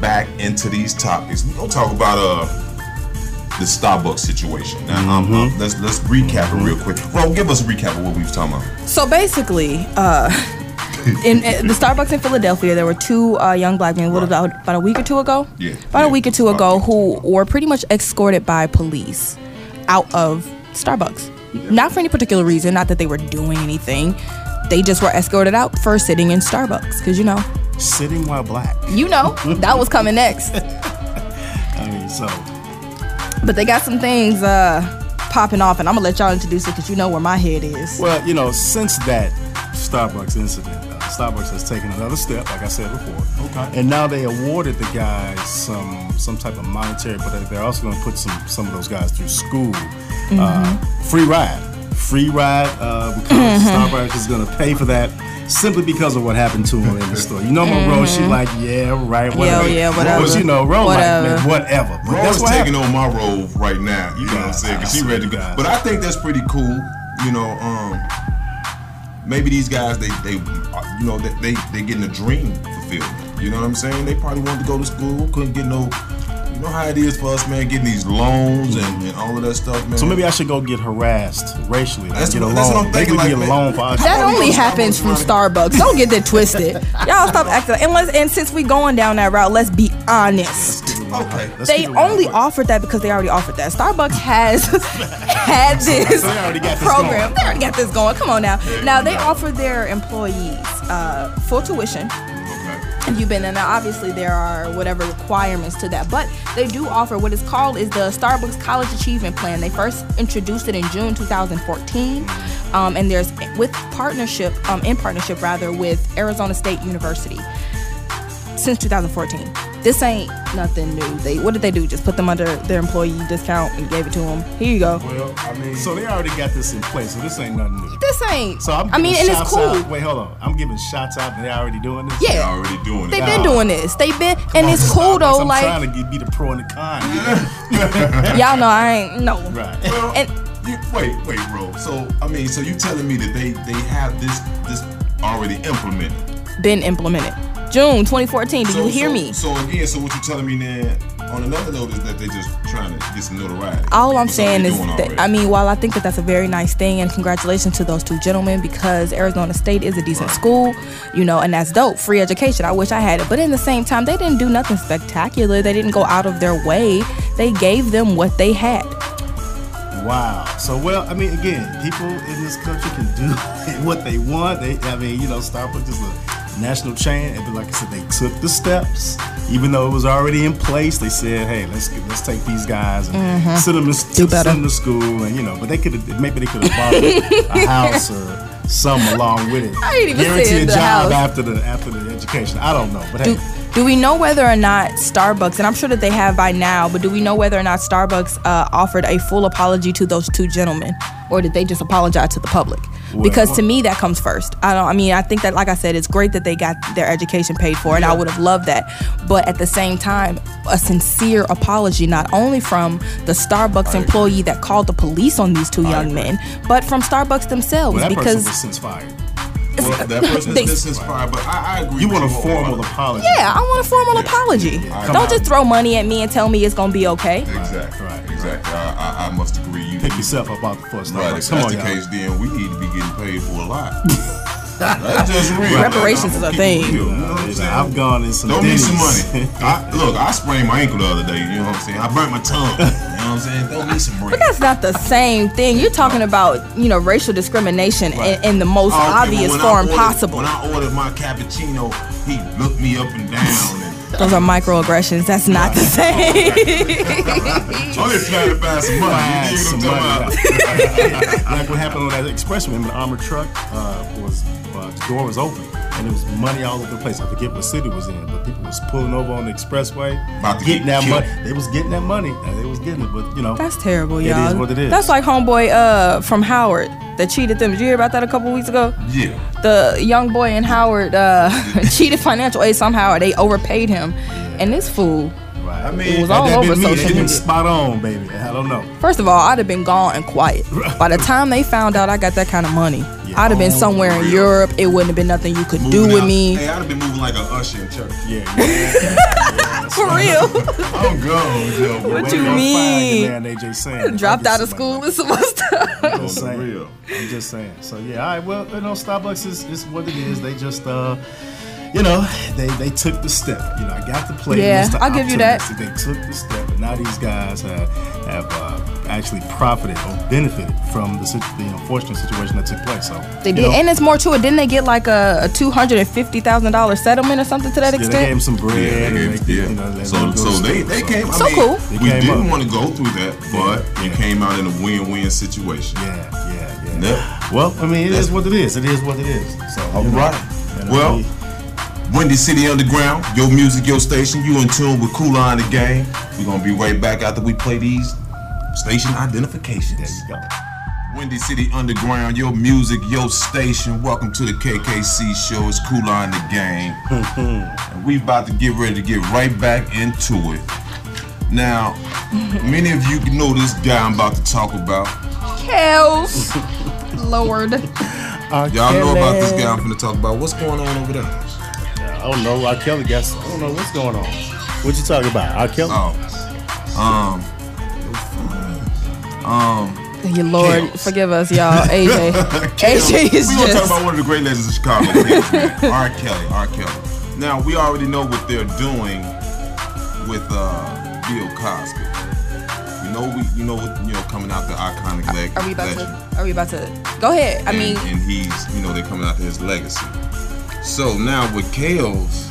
[SPEAKER 1] back into these topics. We're gonna talk about uh the Starbucks situation. Now, um, um, let's let's recap it real quick. Well, give us a recap of what we was talking about.
[SPEAKER 3] So basically,
[SPEAKER 1] (laughs)
[SPEAKER 3] uh, in, in the Starbucks in Philadelphia, there were two uh, young black men what, about, about a week or two ago.
[SPEAKER 1] Yeah.
[SPEAKER 3] About a
[SPEAKER 1] Yeah.
[SPEAKER 3] week or two
[SPEAKER 1] About a
[SPEAKER 3] ago,
[SPEAKER 1] week or
[SPEAKER 3] who were pretty much escorted by police out of Starbucks. Not for any particular reason. Not that they were doing anything. They just were escorted out for sitting in Starbucks because you know,
[SPEAKER 2] Sitting while black.
[SPEAKER 3] you
[SPEAKER 1] (laughs)
[SPEAKER 3] know, that was coming next.
[SPEAKER 2] I mean, so
[SPEAKER 3] But they got some things uh, popping off, and I'm gonna let y'all introduce it because you know where my head is.
[SPEAKER 2] Well, you know, since that Starbucks incident, uh, Starbucks has taken another step, like I said before.
[SPEAKER 1] Okay.
[SPEAKER 2] And now they awarded the guys some some type of monetary, but they- they're also going to put some some of those guys through school, uh,
[SPEAKER 1] Mm-hmm.
[SPEAKER 2] free ride, free ride. Uh, because Starbucks is going to pay for that simply because of what happened to him in the store. You know, Monroe, she
[SPEAKER 1] Mm-hmm.
[SPEAKER 2] like, yeah, right, whatever.
[SPEAKER 3] yeah,
[SPEAKER 2] But
[SPEAKER 3] whatever.
[SPEAKER 2] you know, Ro like, man,
[SPEAKER 3] Whatever.
[SPEAKER 2] whatever. But
[SPEAKER 1] Roy's
[SPEAKER 2] that's what
[SPEAKER 1] taking
[SPEAKER 2] happened.
[SPEAKER 1] on my role right now. You know what I'm saying? 'cause she ready to go. But I think that's pretty cool. You know, um, maybe these guys they they uh, you know they they, they getting a dream fulfilled. You know what I'm saying? They probably wanted to go to school, couldn't get no. You know how it is for us, man, getting these loans and, and all of that stuff, man.
[SPEAKER 2] So maybe I should go get harassed racially. Like
[SPEAKER 1] That's
[SPEAKER 2] get a
[SPEAKER 1] what-
[SPEAKER 2] loan.
[SPEAKER 1] that's what I'm
[SPEAKER 2] they
[SPEAKER 1] thinking,
[SPEAKER 2] could
[SPEAKER 1] like,
[SPEAKER 2] get a
[SPEAKER 1] man.
[SPEAKER 2] loan for us.
[SPEAKER 3] That
[SPEAKER 1] Oh, we
[SPEAKER 3] only
[SPEAKER 1] gonna stop
[SPEAKER 3] happens from
[SPEAKER 1] on
[SPEAKER 3] Starbucks. Don't get that
[SPEAKER 2] (laughs)
[SPEAKER 3] twisted. Y'all stop acting. And, let's, and since we going down that route, let's be honest.
[SPEAKER 1] Okay.
[SPEAKER 2] Let's
[SPEAKER 3] They
[SPEAKER 2] keep it real.
[SPEAKER 3] only offered that because they already offered that. Starbucks has (laughs) had this
[SPEAKER 2] They already got this
[SPEAKER 3] program.
[SPEAKER 2] going.
[SPEAKER 3] They already got this going. Come on now. Now they offer their employees uh, full tuition if you've been in there obviously there are whatever requirements to that but they do offer what is called is the starbucks college achievement plan they first introduced it in june 2014 um, and there's with partnership um, in partnership rather with arizona state university since 2014 this ain't nothing new they what did they do just put them under their employee discount and gave it to them here you go
[SPEAKER 1] Well, I mean,
[SPEAKER 2] So they already got this in place. So this ain't nothing new.
[SPEAKER 3] this ain't
[SPEAKER 2] So I'm.
[SPEAKER 3] i mean and
[SPEAKER 2] giving
[SPEAKER 3] it's
[SPEAKER 2] shouts
[SPEAKER 3] cool
[SPEAKER 2] Out. Wait, hold on. I'm giving shots out. and They already doing this.
[SPEAKER 1] they
[SPEAKER 3] yeah
[SPEAKER 1] already doing
[SPEAKER 3] they've
[SPEAKER 1] it.
[SPEAKER 3] been
[SPEAKER 2] Nah.
[SPEAKER 3] doing this they've been and it's
[SPEAKER 2] Starbucks,
[SPEAKER 3] cool though
[SPEAKER 2] I'm
[SPEAKER 3] like
[SPEAKER 2] trying to get, be the pro and the con.
[SPEAKER 3] y'all know i ain't no
[SPEAKER 2] Right.
[SPEAKER 1] Well,
[SPEAKER 3] And-
[SPEAKER 1] you, wait, wait, bro. So I mean, so you telling me that they they have this this already implemented?
[SPEAKER 3] been implemented. June 2014. Do
[SPEAKER 1] So,
[SPEAKER 3] you hear
[SPEAKER 1] so-
[SPEAKER 3] me?
[SPEAKER 1] So again, so what you telling me then? On another note is that they just trying to get some notoriety.
[SPEAKER 3] All I'm
[SPEAKER 1] What's
[SPEAKER 3] saying
[SPEAKER 1] already
[SPEAKER 3] is
[SPEAKER 1] doing
[SPEAKER 3] that
[SPEAKER 1] already.
[SPEAKER 3] I mean, while I think that that's a very nice thing, and congratulations to those two gentlemen because Arizona State is a decent school, you know, and that's dope. Free education. I wish I had it, but in the same time, they didn't do nothing spectacular. They didn't go out of their way. They gave them what they had.
[SPEAKER 2] Wow. So well, I mean, again, people in this country can do (laughs) what they want. They, I mean, you know, Starbucks is a national chain, and like I said, they took the steps, even though it was already in place. They said, "Hey, let's let's take these guys and send them to,
[SPEAKER 3] Mm-hmm. Do better.
[SPEAKER 2] send them to school," and you know, but they could have maybe they could have bought a house or. Something along with it.
[SPEAKER 3] (laughs) I ain't even
[SPEAKER 2] Guarantee
[SPEAKER 3] saying
[SPEAKER 2] a
[SPEAKER 3] the
[SPEAKER 2] job
[SPEAKER 3] house.
[SPEAKER 2] after the after the education. I don't know, but
[SPEAKER 3] Do,
[SPEAKER 2] hey,
[SPEAKER 3] do we know whether or not Starbucks, and I'm sure that they have by now, but do we know whether or not Starbucks uh, offered a full apology to those two gentlemen, or did they just apologize to the public? because to me, that comes first. I don't. I mean, I think that, like I said, it's great that they got their education paid for, and I would have loved that. But at the same time, a sincere apology, not only from the Starbucks employee that called the police on these two young men, but from Starbucks themselves,
[SPEAKER 2] well, that person
[SPEAKER 3] because
[SPEAKER 2] was since fired.
[SPEAKER 3] (laughs)
[SPEAKER 1] well, that person
[SPEAKER 3] they-
[SPEAKER 1] is inspired, but I, I agree.
[SPEAKER 2] You
[SPEAKER 1] with
[SPEAKER 2] want a
[SPEAKER 1] wholeheartedly.
[SPEAKER 2] formal apology?
[SPEAKER 3] Yeah, I want a formal apology.
[SPEAKER 1] yeah.
[SPEAKER 3] Don't
[SPEAKER 1] Come
[SPEAKER 3] just
[SPEAKER 1] on.
[SPEAKER 3] throw money at me and tell me it's gonna be okay.
[SPEAKER 1] Exactly.
[SPEAKER 2] Right, right.
[SPEAKER 1] Exactly. I, I, I must agree. You
[SPEAKER 2] Pick yourself up out the first
[SPEAKER 1] Right, if
[SPEAKER 2] Starbucks. Come
[SPEAKER 1] that's
[SPEAKER 2] on,
[SPEAKER 1] the
[SPEAKER 2] y'all.
[SPEAKER 1] case, then we need to be getting paid for a
[SPEAKER 2] (laughs)
[SPEAKER 1] lot. that's just real.
[SPEAKER 3] Reparations is a
[SPEAKER 1] Keep it
[SPEAKER 3] thing.
[SPEAKER 1] real, you know what I'm
[SPEAKER 2] Like,
[SPEAKER 1] saying?
[SPEAKER 2] I've gone in some.
[SPEAKER 1] Don't need some
[SPEAKER 2] ditties.
[SPEAKER 1] money.
[SPEAKER 2] (laughs)
[SPEAKER 1] I, look, I sprained my ankle the other day. You know what I'm saying? I burnt my tongue. You know what I'm saying? Don't need some bread.
[SPEAKER 3] That's not the same thing. You're talking about, you know, racial discrimination in, in the most
[SPEAKER 1] Oh, okay, well,
[SPEAKER 3] obvious
[SPEAKER 1] when I
[SPEAKER 3] form
[SPEAKER 1] ordered-
[SPEAKER 3] possible.
[SPEAKER 1] When I ordered my cappuccino, he looked me up and down. And,
[SPEAKER 3] Those are microaggressions. That's not the same.
[SPEAKER 1] I'm just trying "Oh, to find some money.
[SPEAKER 2] Find
[SPEAKER 1] You dig
[SPEAKER 2] some
[SPEAKER 1] what I'm
[SPEAKER 2] money.
[SPEAKER 1] talking
[SPEAKER 2] (laughs) like what happened on that expressway, the armored truck uh, was uh, the door was open and there was money all over the place. I forget what city it was in, but people was pulling over on the expressway,
[SPEAKER 1] About to
[SPEAKER 2] getting
[SPEAKER 1] get
[SPEAKER 2] that
[SPEAKER 1] killed.
[SPEAKER 2] money. They was getting that money. and They was getting it, but you
[SPEAKER 3] (laughs)
[SPEAKER 2] know
[SPEAKER 3] That's terrible,
[SPEAKER 2] It
[SPEAKER 3] y'all.
[SPEAKER 2] is what it is.
[SPEAKER 3] That's like homeboy uh from Howard that cheated them. Did you hear about that a couple weeks ago?
[SPEAKER 1] about? Yeah.
[SPEAKER 3] The young boy in Howard uh, (laughs) cheated financial aid somehow. or They overpaid him, and this fool.
[SPEAKER 2] Right.
[SPEAKER 1] I mean,
[SPEAKER 3] was
[SPEAKER 2] Had
[SPEAKER 3] all
[SPEAKER 2] that
[SPEAKER 3] over
[SPEAKER 2] been me,
[SPEAKER 3] social
[SPEAKER 2] they'd been
[SPEAKER 3] media.
[SPEAKER 2] spot on, baby. I don't know.
[SPEAKER 3] First of all, I'd have been gone and quiet. By the time they found out I got that kind of money, I'd have been
[SPEAKER 1] Oh,
[SPEAKER 3] somewhere in
[SPEAKER 1] real.
[SPEAKER 3] Europe. It wouldn't have been nothing you could do
[SPEAKER 1] Moving
[SPEAKER 3] with
[SPEAKER 1] out-
[SPEAKER 3] me.
[SPEAKER 1] Hey, I'd have been moving like an usher in church.
[SPEAKER 2] Yeah,
[SPEAKER 1] (laughs)
[SPEAKER 2] yeah.
[SPEAKER 3] For real.
[SPEAKER 1] I'm gone, yo. bro.
[SPEAKER 3] What you
[SPEAKER 2] They're on fire,
[SPEAKER 3] mean?
[SPEAKER 2] your man AJ
[SPEAKER 3] (laughs)
[SPEAKER 2] Sanders. I
[SPEAKER 3] Dropped
[SPEAKER 2] get
[SPEAKER 3] out of
[SPEAKER 2] somebody
[SPEAKER 3] school
[SPEAKER 2] like
[SPEAKER 3] and
[SPEAKER 2] (laughs)
[SPEAKER 3] some other stuff.
[SPEAKER 1] On the
[SPEAKER 2] saying.
[SPEAKER 1] real.
[SPEAKER 2] I'm just saying. So yeah, all right. Well, you know, Starbucks is, is what it is. They just, uh, you know, they they took the step. You know, I got the play.
[SPEAKER 3] Yeah,
[SPEAKER 2] Mr.
[SPEAKER 3] I'll give you that.
[SPEAKER 2] Optimistic. They took the step, and now these guys have have uh, actually profited or benefited from the, sit- the unfortunate situation that took place. So
[SPEAKER 3] They
[SPEAKER 2] you
[SPEAKER 3] did,
[SPEAKER 2] know,
[SPEAKER 3] and it's more to it. Didn't they get like a, a two hundred and fifty thousand dollars settlement or something to that
[SPEAKER 2] yeah, they gave them
[SPEAKER 3] extent?
[SPEAKER 2] some bread.
[SPEAKER 1] Yeah,
[SPEAKER 2] and
[SPEAKER 1] they
[SPEAKER 2] they-
[SPEAKER 1] came, yeah.
[SPEAKER 2] You know, they
[SPEAKER 1] so
[SPEAKER 2] let them go
[SPEAKER 1] so
[SPEAKER 2] to
[SPEAKER 1] they,
[SPEAKER 2] school.
[SPEAKER 1] they came. I
[SPEAKER 3] So
[SPEAKER 1] mean,
[SPEAKER 3] cool.
[SPEAKER 2] They
[SPEAKER 1] We
[SPEAKER 2] came
[SPEAKER 1] didn't
[SPEAKER 2] up.
[SPEAKER 1] want to go through that, but we
[SPEAKER 2] Yeah.
[SPEAKER 1] came out in a win-win situation.
[SPEAKER 2] Yeah, yeah, yeah.
[SPEAKER 1] Yep.
[SPEAKER 2] Well, I mean, it is what it is. It is what it is. So
[SPEAKER 1] All
[SPEAKER 2] you know,
[SPEAKER 1] right.
[SPEAKER 2] you know,
[SPEAKER 1] Well,
[SPEAKER 2] we-
[SPEAKER 1] Wendy City Underground, your music, your station. You in tune with Kool and the Gang. We're gonna be right back after we play these station identifications.
[SPEAKER 2] there you go.
[SPEAKER 1] Windy City Underground, your music, your station. Welcome to the KKC show. It's Kool and the Gang. and we about to get ready to get right back into it. Now, many of you know this guy I'm about to talk about.
[SPEAKER 3] Hells, (laughs) Lord.
[SPEAKER 1] Y'all know about this guy I'm finna talk about. What's going on over there?
[SPEAKER 2] I don't know. R. Kelly guess. I don't know what's going on. What you talking about? R. Kelly?
[SPEAKER 1] Oh, Um, um,
[SPEAKER 3] Your Lord,
[SPEAKER 1] Chaos.
[SPEAKER 3] forgive us, y'all. AJ,
[SPEAKER 2] (laughs)
[SPEAKER 3] AJ is
[SPEAKER 1] we gonna talk
[SPEAKER 3] just.
[SPEAKER 1] about one of the great legends of Chicago, kids, man. R. Kelly, R. Kelly. Now we already know what they're doing with uh, Bill Cosby. You know we, you know what, you know coming out the iconic leg.
[SPEAKER 3] Are we about
[SPEAKER 1] legend.
[SPEAKER 3] to? Are we about to? Go ahead. I
[SPEAKER 1] and,
[SPEAKER 3] mean,
[SPEAKER 1] and he's, you know, they're coming after his legacy. So now with Kales,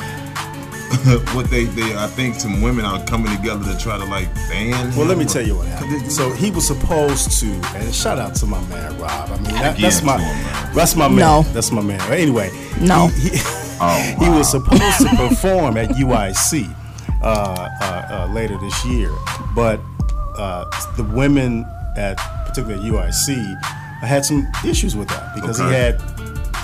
[SPEAKER 1] (laughs) what they, they, I think some women are coming together to try to like ban.
[SPEAKER 2] Well,
[SPEAKER 1] him
[SPEAKER 2] let me
[SPEAKER 1] or-
[SPEAKER 2] tell you what
[SPEAKER 1] Cause they-
[SPEAKER 2] happened. So he was supposed to, and shout out to my man Rob. I mean, that,
[SPEAKER 1] Again
[SPEAKER 2] that's my
[SPEAKER 1] to him, man.
[SPEAKER 2] that's my man.
[SPEAKER 3] No.
[SPEAKER 2] That's my man. Anyway,
[SPEAKER 3] No.
[SPEAKER 2] He, he-
[SPEAKER 1] Oh,
[SPEAKER 2] he was
[SPEAKER 1] wow.
[SPEAKER 2] supposed
[SPEAKER 1] (laughs)
[SPEAKER 2] to perform at UIC uh, uh, uh, later this year, but uh, the women at particularly at UIC had some issues with that because he
[SPEAKER 1] Okay.
[SPEAKER 2] had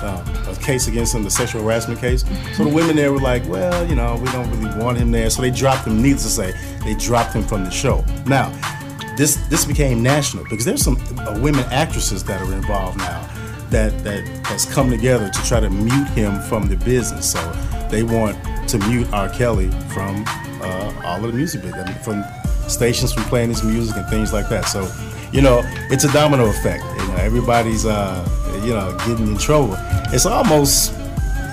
[SPEAKER 2] um, a case against him, the sexual harassment case. So the women there were like, well, you know, we don't really want him there. So they dropped him. Needless to say, they dropped him from the show. Now, this this became national because there's some uh, women actresses that are involved now that that has come together to try to mute him from the business. So they want to mute R. Kelly from uh, all of the music business, I mean, from stations from playing his music and things like that. So, you know, it's a domino effect. You know, everybody's uh, you know getting in trouble. It's almost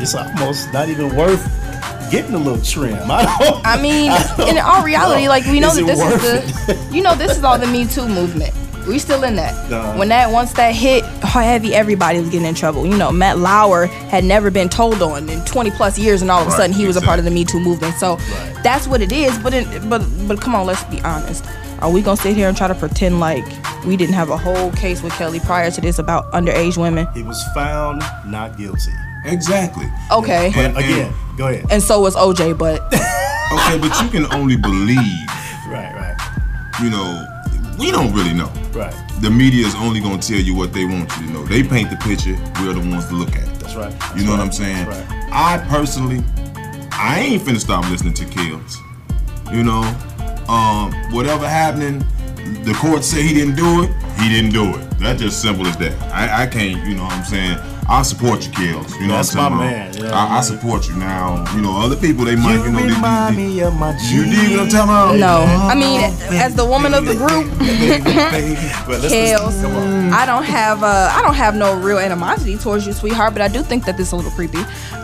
[SPEAKER 2] it's almost not even worth getting a little trim. (laughs) I don't.
[SPEAKER 3] I mean, in all reality, like we know
[SPEAKER 2] Is
[SPEAKER 3] that
[SPEAKER 2] it
[SPEAKER 3] this
[SPEAKER 2] worth
[SPEAKER 3] is the, (laughs) you know, this is all the Me Too movement. We still in that.
[SPEAKER 2] Nah.
[SPEAKER 3] When that once that hit heavy, everybody was getting in trouble. You know, Matt Lauer had never been told on in 20 plus years, and all of a
[SPEAKER 1] Right,
[SPEAKER 3] sudden he was a part of the
[SPEAKER 1] exactly.
[SPEAKER 3] Me Too movement. So
[SPEAKER 2] Right.
[SPEAKER 3] that's what it is. But in, but but come on, let's be honest. Are we gonna sit here and try to pretend like we didn't have a whole case with Kelly prior to this about underage women?
[SPEAKER 2] He was found not guilty.
[SPEAKER 1] exactly.
[SPEAKER 3] Okay.
[SPEAKER 1] And-
[SPEAKER 2] Again, go ahead.
[SPEAKER 3] And so was OJ, but
[SPEAKER 1] Okay, but you can only believe,
[SPEAKER 2] Right, right,
[SPEAKER 1] you know, we don't really know.
[SPEAKER 2] right.
[SPEAKER 1] The media is only gonna tell you what they want you to know. They paint the picture. We're the ones to look at. it.
[SPEAKER 2] That's right.
[SPEAKER 1] You know what I'm
[SPEAKER 2] That's
[SPEAKER 1] saying?
[SPEAKER 2] right.
[SPEAKER 1] I personally, I ain't finna stop listening to Kills. You know, um, whatever happening, the court said he didn't do it. He didn't do it. That's just simple as that. I, I can't. You know what I'm saying? I support you, Kills. You know
[SPEAKER 2] That's
[SPEAKER 1] what I'm
[SPEAKER 2] my
[SPEAKER 1] saying?
[SPEAKER 2] man, you know what I
[SPEAKER 1] I, I
[SPEAKER 2] mean?
[SPEAKER 1] support you. Now, you know, other people they might. You, know, they- they, they,
[SPEAKER 2] of my
[SPEAKER 1] you dig what I'm talking about?
[SPEAKER 3] no. I mean, as the woman of the group. (laughs)
[SPEAKER 2] But let's-
[SPEAKER 3] Kels.
[SPEAKER 2] Come on.
[SPEAKER 3] I don't have uh, I don't have no real animosity towards you, sweetheart, but I do think that this is a little creepy.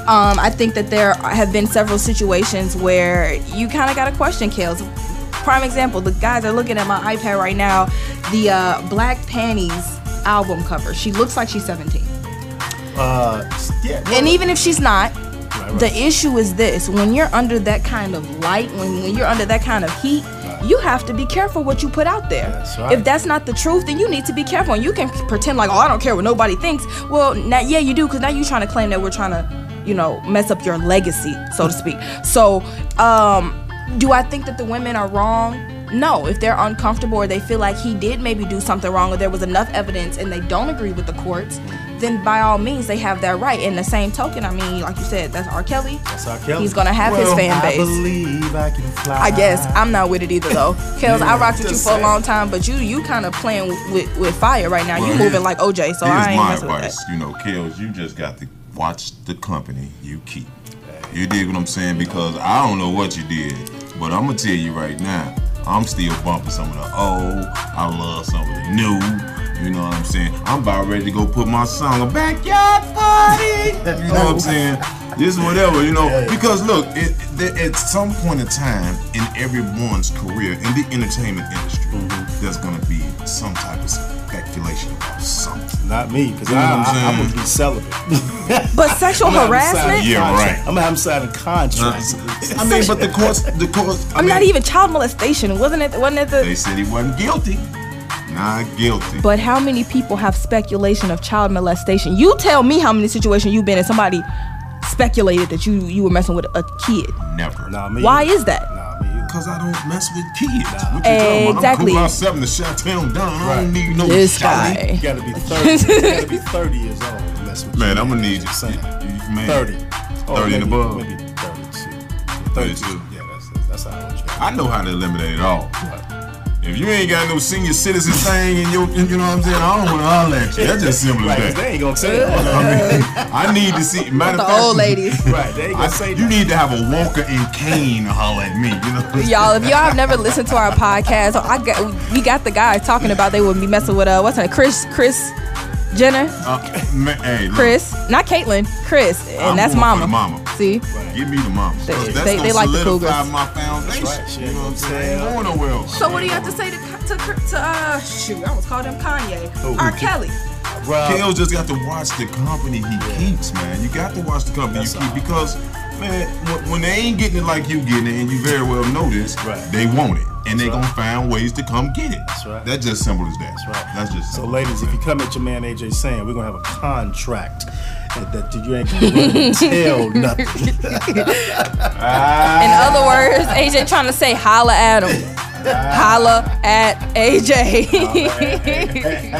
[SPEAKER 3] Um, I think that there have been several situations where you kind of got to question Kales. Prime example: the guys are looking at my iPad right now. The uh, Black Panties album cover. She looks like she's 17,
[SPEAKER 2] Uh, yeah. well,
[SPEAKER 3] and even if she's not,
[SPEAKER 2] right, right.
[SPEAKER 3] the issue is this when you're under that kind of light, when, when you're under that kind of heat, you have to be careful what you put out there.
[SPEAKER 2] That's right.
[SPEAKER 3] If that's not the truth, then you need to be careful. And you can pretend like, oh, I don't care what nobody thinks. Well, now, yeah, you do, because now you're trying to claim that we're trying to, you know, mess up your legacy, so to speak. So, um, do I think that the women are wrong? No, if they're uncomfortable or they feel like he did maybe do something wrong or there was enough evidence and they don't agree with the courts, then by all means they have that right. In the same token, I mean, like you said, that's R. Kelly.
[SPEAKER 2] That's R. Kelly.
[SPEAKER 3] He's gonna have his
[SPEAKER 2] Well,
[SPEAKER 3] fan
[SPEAKER 2] I
[SPEAKER 3] base.
[SPEAKER 2] believe I can fly.
[SPEAKER 3] I guess I'm not with it either though. Kels, I
[SPEAKER 2] Ah. Yeah,
[SPEAKER 3] rocked with you
[SPEAKER 2] just
[SPEAKER 3] for a
[SPEAKER 2] saying.
[SPEAKER 3] long time, but you you kind of playing with, with fire right now. You
[SPEAKER 1] Well,
[SPEAKER 3] moving like OJ, so
[SPEAKER 1] Here's
[SPEAKER 3] I ain't
[SPEAKER 1] my
[SPEAKER 3] messing with that.
[SPEAKER 1] advice. You know, Kels, you just got to watch the company you keep. You dig what I'm saying? Because I don't know what you did, but I'm gonna tell you right now, I'm still bumping some of the old. I love some of the new. You know what I'm saying? I'm about ready to go put my song a backyard party. You know what I'm saying? Just whatever, you know. Because look, it, it, at some point in time in everyone's career in the entertainment industry, there's gonna be some type of speculation about something.
[SPEAKER 2] Not me, because
[SPEAKER 1] You know what I'm
[SPEAKER 2] I, I, I
[SPEAKER 1] saying?
[SPEAKER 2] would be celibate.
[SPEAKER 3] (laughs) But sexual
[SPEAKER 2] I'm gonna have him sign a
[SPEAKER 3] harassment?
[SPEAKER 1] Yeah,
[SPEAKER 2] contract.
[SPEAKER 1] right.
[SPEAKER 2] I'm gonna have him sign a contract.
[SPEAKER 1] I mean, but the courts, the courts. I
[SPEAKER 3] I'm
[SPEAKER 1] mean,
[SPEAKER 3] not even child molestation, wasn't it? Wasn't it the
[SPEAKER 1] They said he wasn't guilty. Not guilty.
[SPEAKER 3] But how many people have speculation of child molestation? You tell me how many situations you've been in somebody speculated that you you were messing with a kid.
[SPEAKER 1] Never.
[SPEAKER 2] Nah, me.
[SPEAKER 3] Why is that?
[SPEAKER 2] Nah, me.
[SPEAKER 1] Because I don't mess with kids. What you talking about?
[SPEAKER 3] Exactly.
[SPEAKER 1] I'm cool outside in the shot town down. I don't
[SPEAKER 2] Right.
[SPEAKER 1] need no
[SPEAKER 3] This
[SPEAKER 1] shawty.
[SPEAKER 3] guy.
[SPEAKER 2] You gotta be thirty. you gotta be thirty years old. to mess with
[SPEAKER 1] Man,
[SPEAKER 2] you.
[SPEAKER 1] I'm gonna need you.
[SPEAKER 2] Just saying.
[SPEAKER 1] Man,
[SPEAKER 2] Thirty. Or
[SPEAKER 1] 30 and
[SPEAKER 2] maybe-
[SPEAKER 1] above.
[SPEAKER 2] Maybe thirty-two.
[SPEAKER 1] 32.
[SPEAKER 2] Yeah, that's that's how I want you.
[SPEAKER 1] I know how to eliminate it all.
[SPEAKER 2] Right.
[SPEAKER 1] You If you ain't got no senior citizen thing in your, you know what I'm saying? I don't want to holler at you. That's just simple
[SPEAKER 2] Right, 'cause
[SPEAKER 1] as
[SPEAKER 2] they
[SPEAKER 1] that.
[SPEAKER 2] ain't gonna say that.
[SPEAKER 1] I mean, I need to see. Matter of
[SPEAKER 3] The
[SPEAKER 1] fact,
[SPEAKER 3] old ladies.
[SPEAKER 2] (laughs) Right, they ain't
[SPEAKER 1] I
[SPEAKER 2] gonna
[SPEAKER 1] say
[SPEAKER 2] say
[SPEAKER 1] you need to have a Walker and Kane holler at me. You know. What I'm saying?
[SPEAKER 3] Y'all, if y'all have never listened to our podcast, I got, we got the guys talking about they would be messing with uh, what's her name, Chris, Chris Jenner,
[SPEAKER 1] Uh, man, hey, look,
[SPEAKER 3] Chris, not Caitlyn, Chris, and
[SPEAKER 1] I'm
[SPEAKER 3] that's
[SPEAKER 1] going
[SPEAKER 3] mama.
[SPEAKER 1] for the mama.
[SPEAKER 3] See,
[SPEAKER 1] Give me the mom.
[SPEAKER 3] They-
[SPEAKER 1] That's
[SPEAKER 3] they-
[SPEAKER 1] gonna
[SPEAKER 3] they like the
[SPEAKER 1] solidify
[SPEAKER 3] Cougars.
[SPEAKER 1] my foundation.
[SPEAKER 2] That's right.
[SPEAKER 1] You know what I'm saying? I ain't going nowhere else.
[SPEAKER 3] So what do you have to say to to, to uh shoot? I almost called him Kanye.
[SPEAKER 1] Oh,
[SPEAKER 3] R. Kelly.
[SPEAKER 1] Kale just got to watch the company he keeps, man. You got to watch the company
[SPEAKER 2] That's
[SPEAKER 1] you
[SPEAKER 2] all.
[SPEAKER 1] keep because, man, when- when they ain't getting it like you getting it, and you very well know this,
[SPEAKER 2] Right.
[SPEAKER 1] they want it, and they gonna find ways to come get it. That's
[SPEAKER 2] right.
[SPEAKER 1] That's just simple as that. That's
[SPEAKER 2] right.
[SPEAKER 1] That's just
[SPEAKER 2] So,
[SPEAKER 1] simple.
[SPEAKER 2] ladies, if you come at your man AJ saying we're gonna have a contract that, that you ain't
[SPEAKER 3] (laughs)
[SPEAKER 2] gonna tell nothing,
[SPEAKER 3] In other words, AJ trying to say holla at him.
[SPEAKER 1] (laughs)
[SPEAKER 3] Holla at AJ.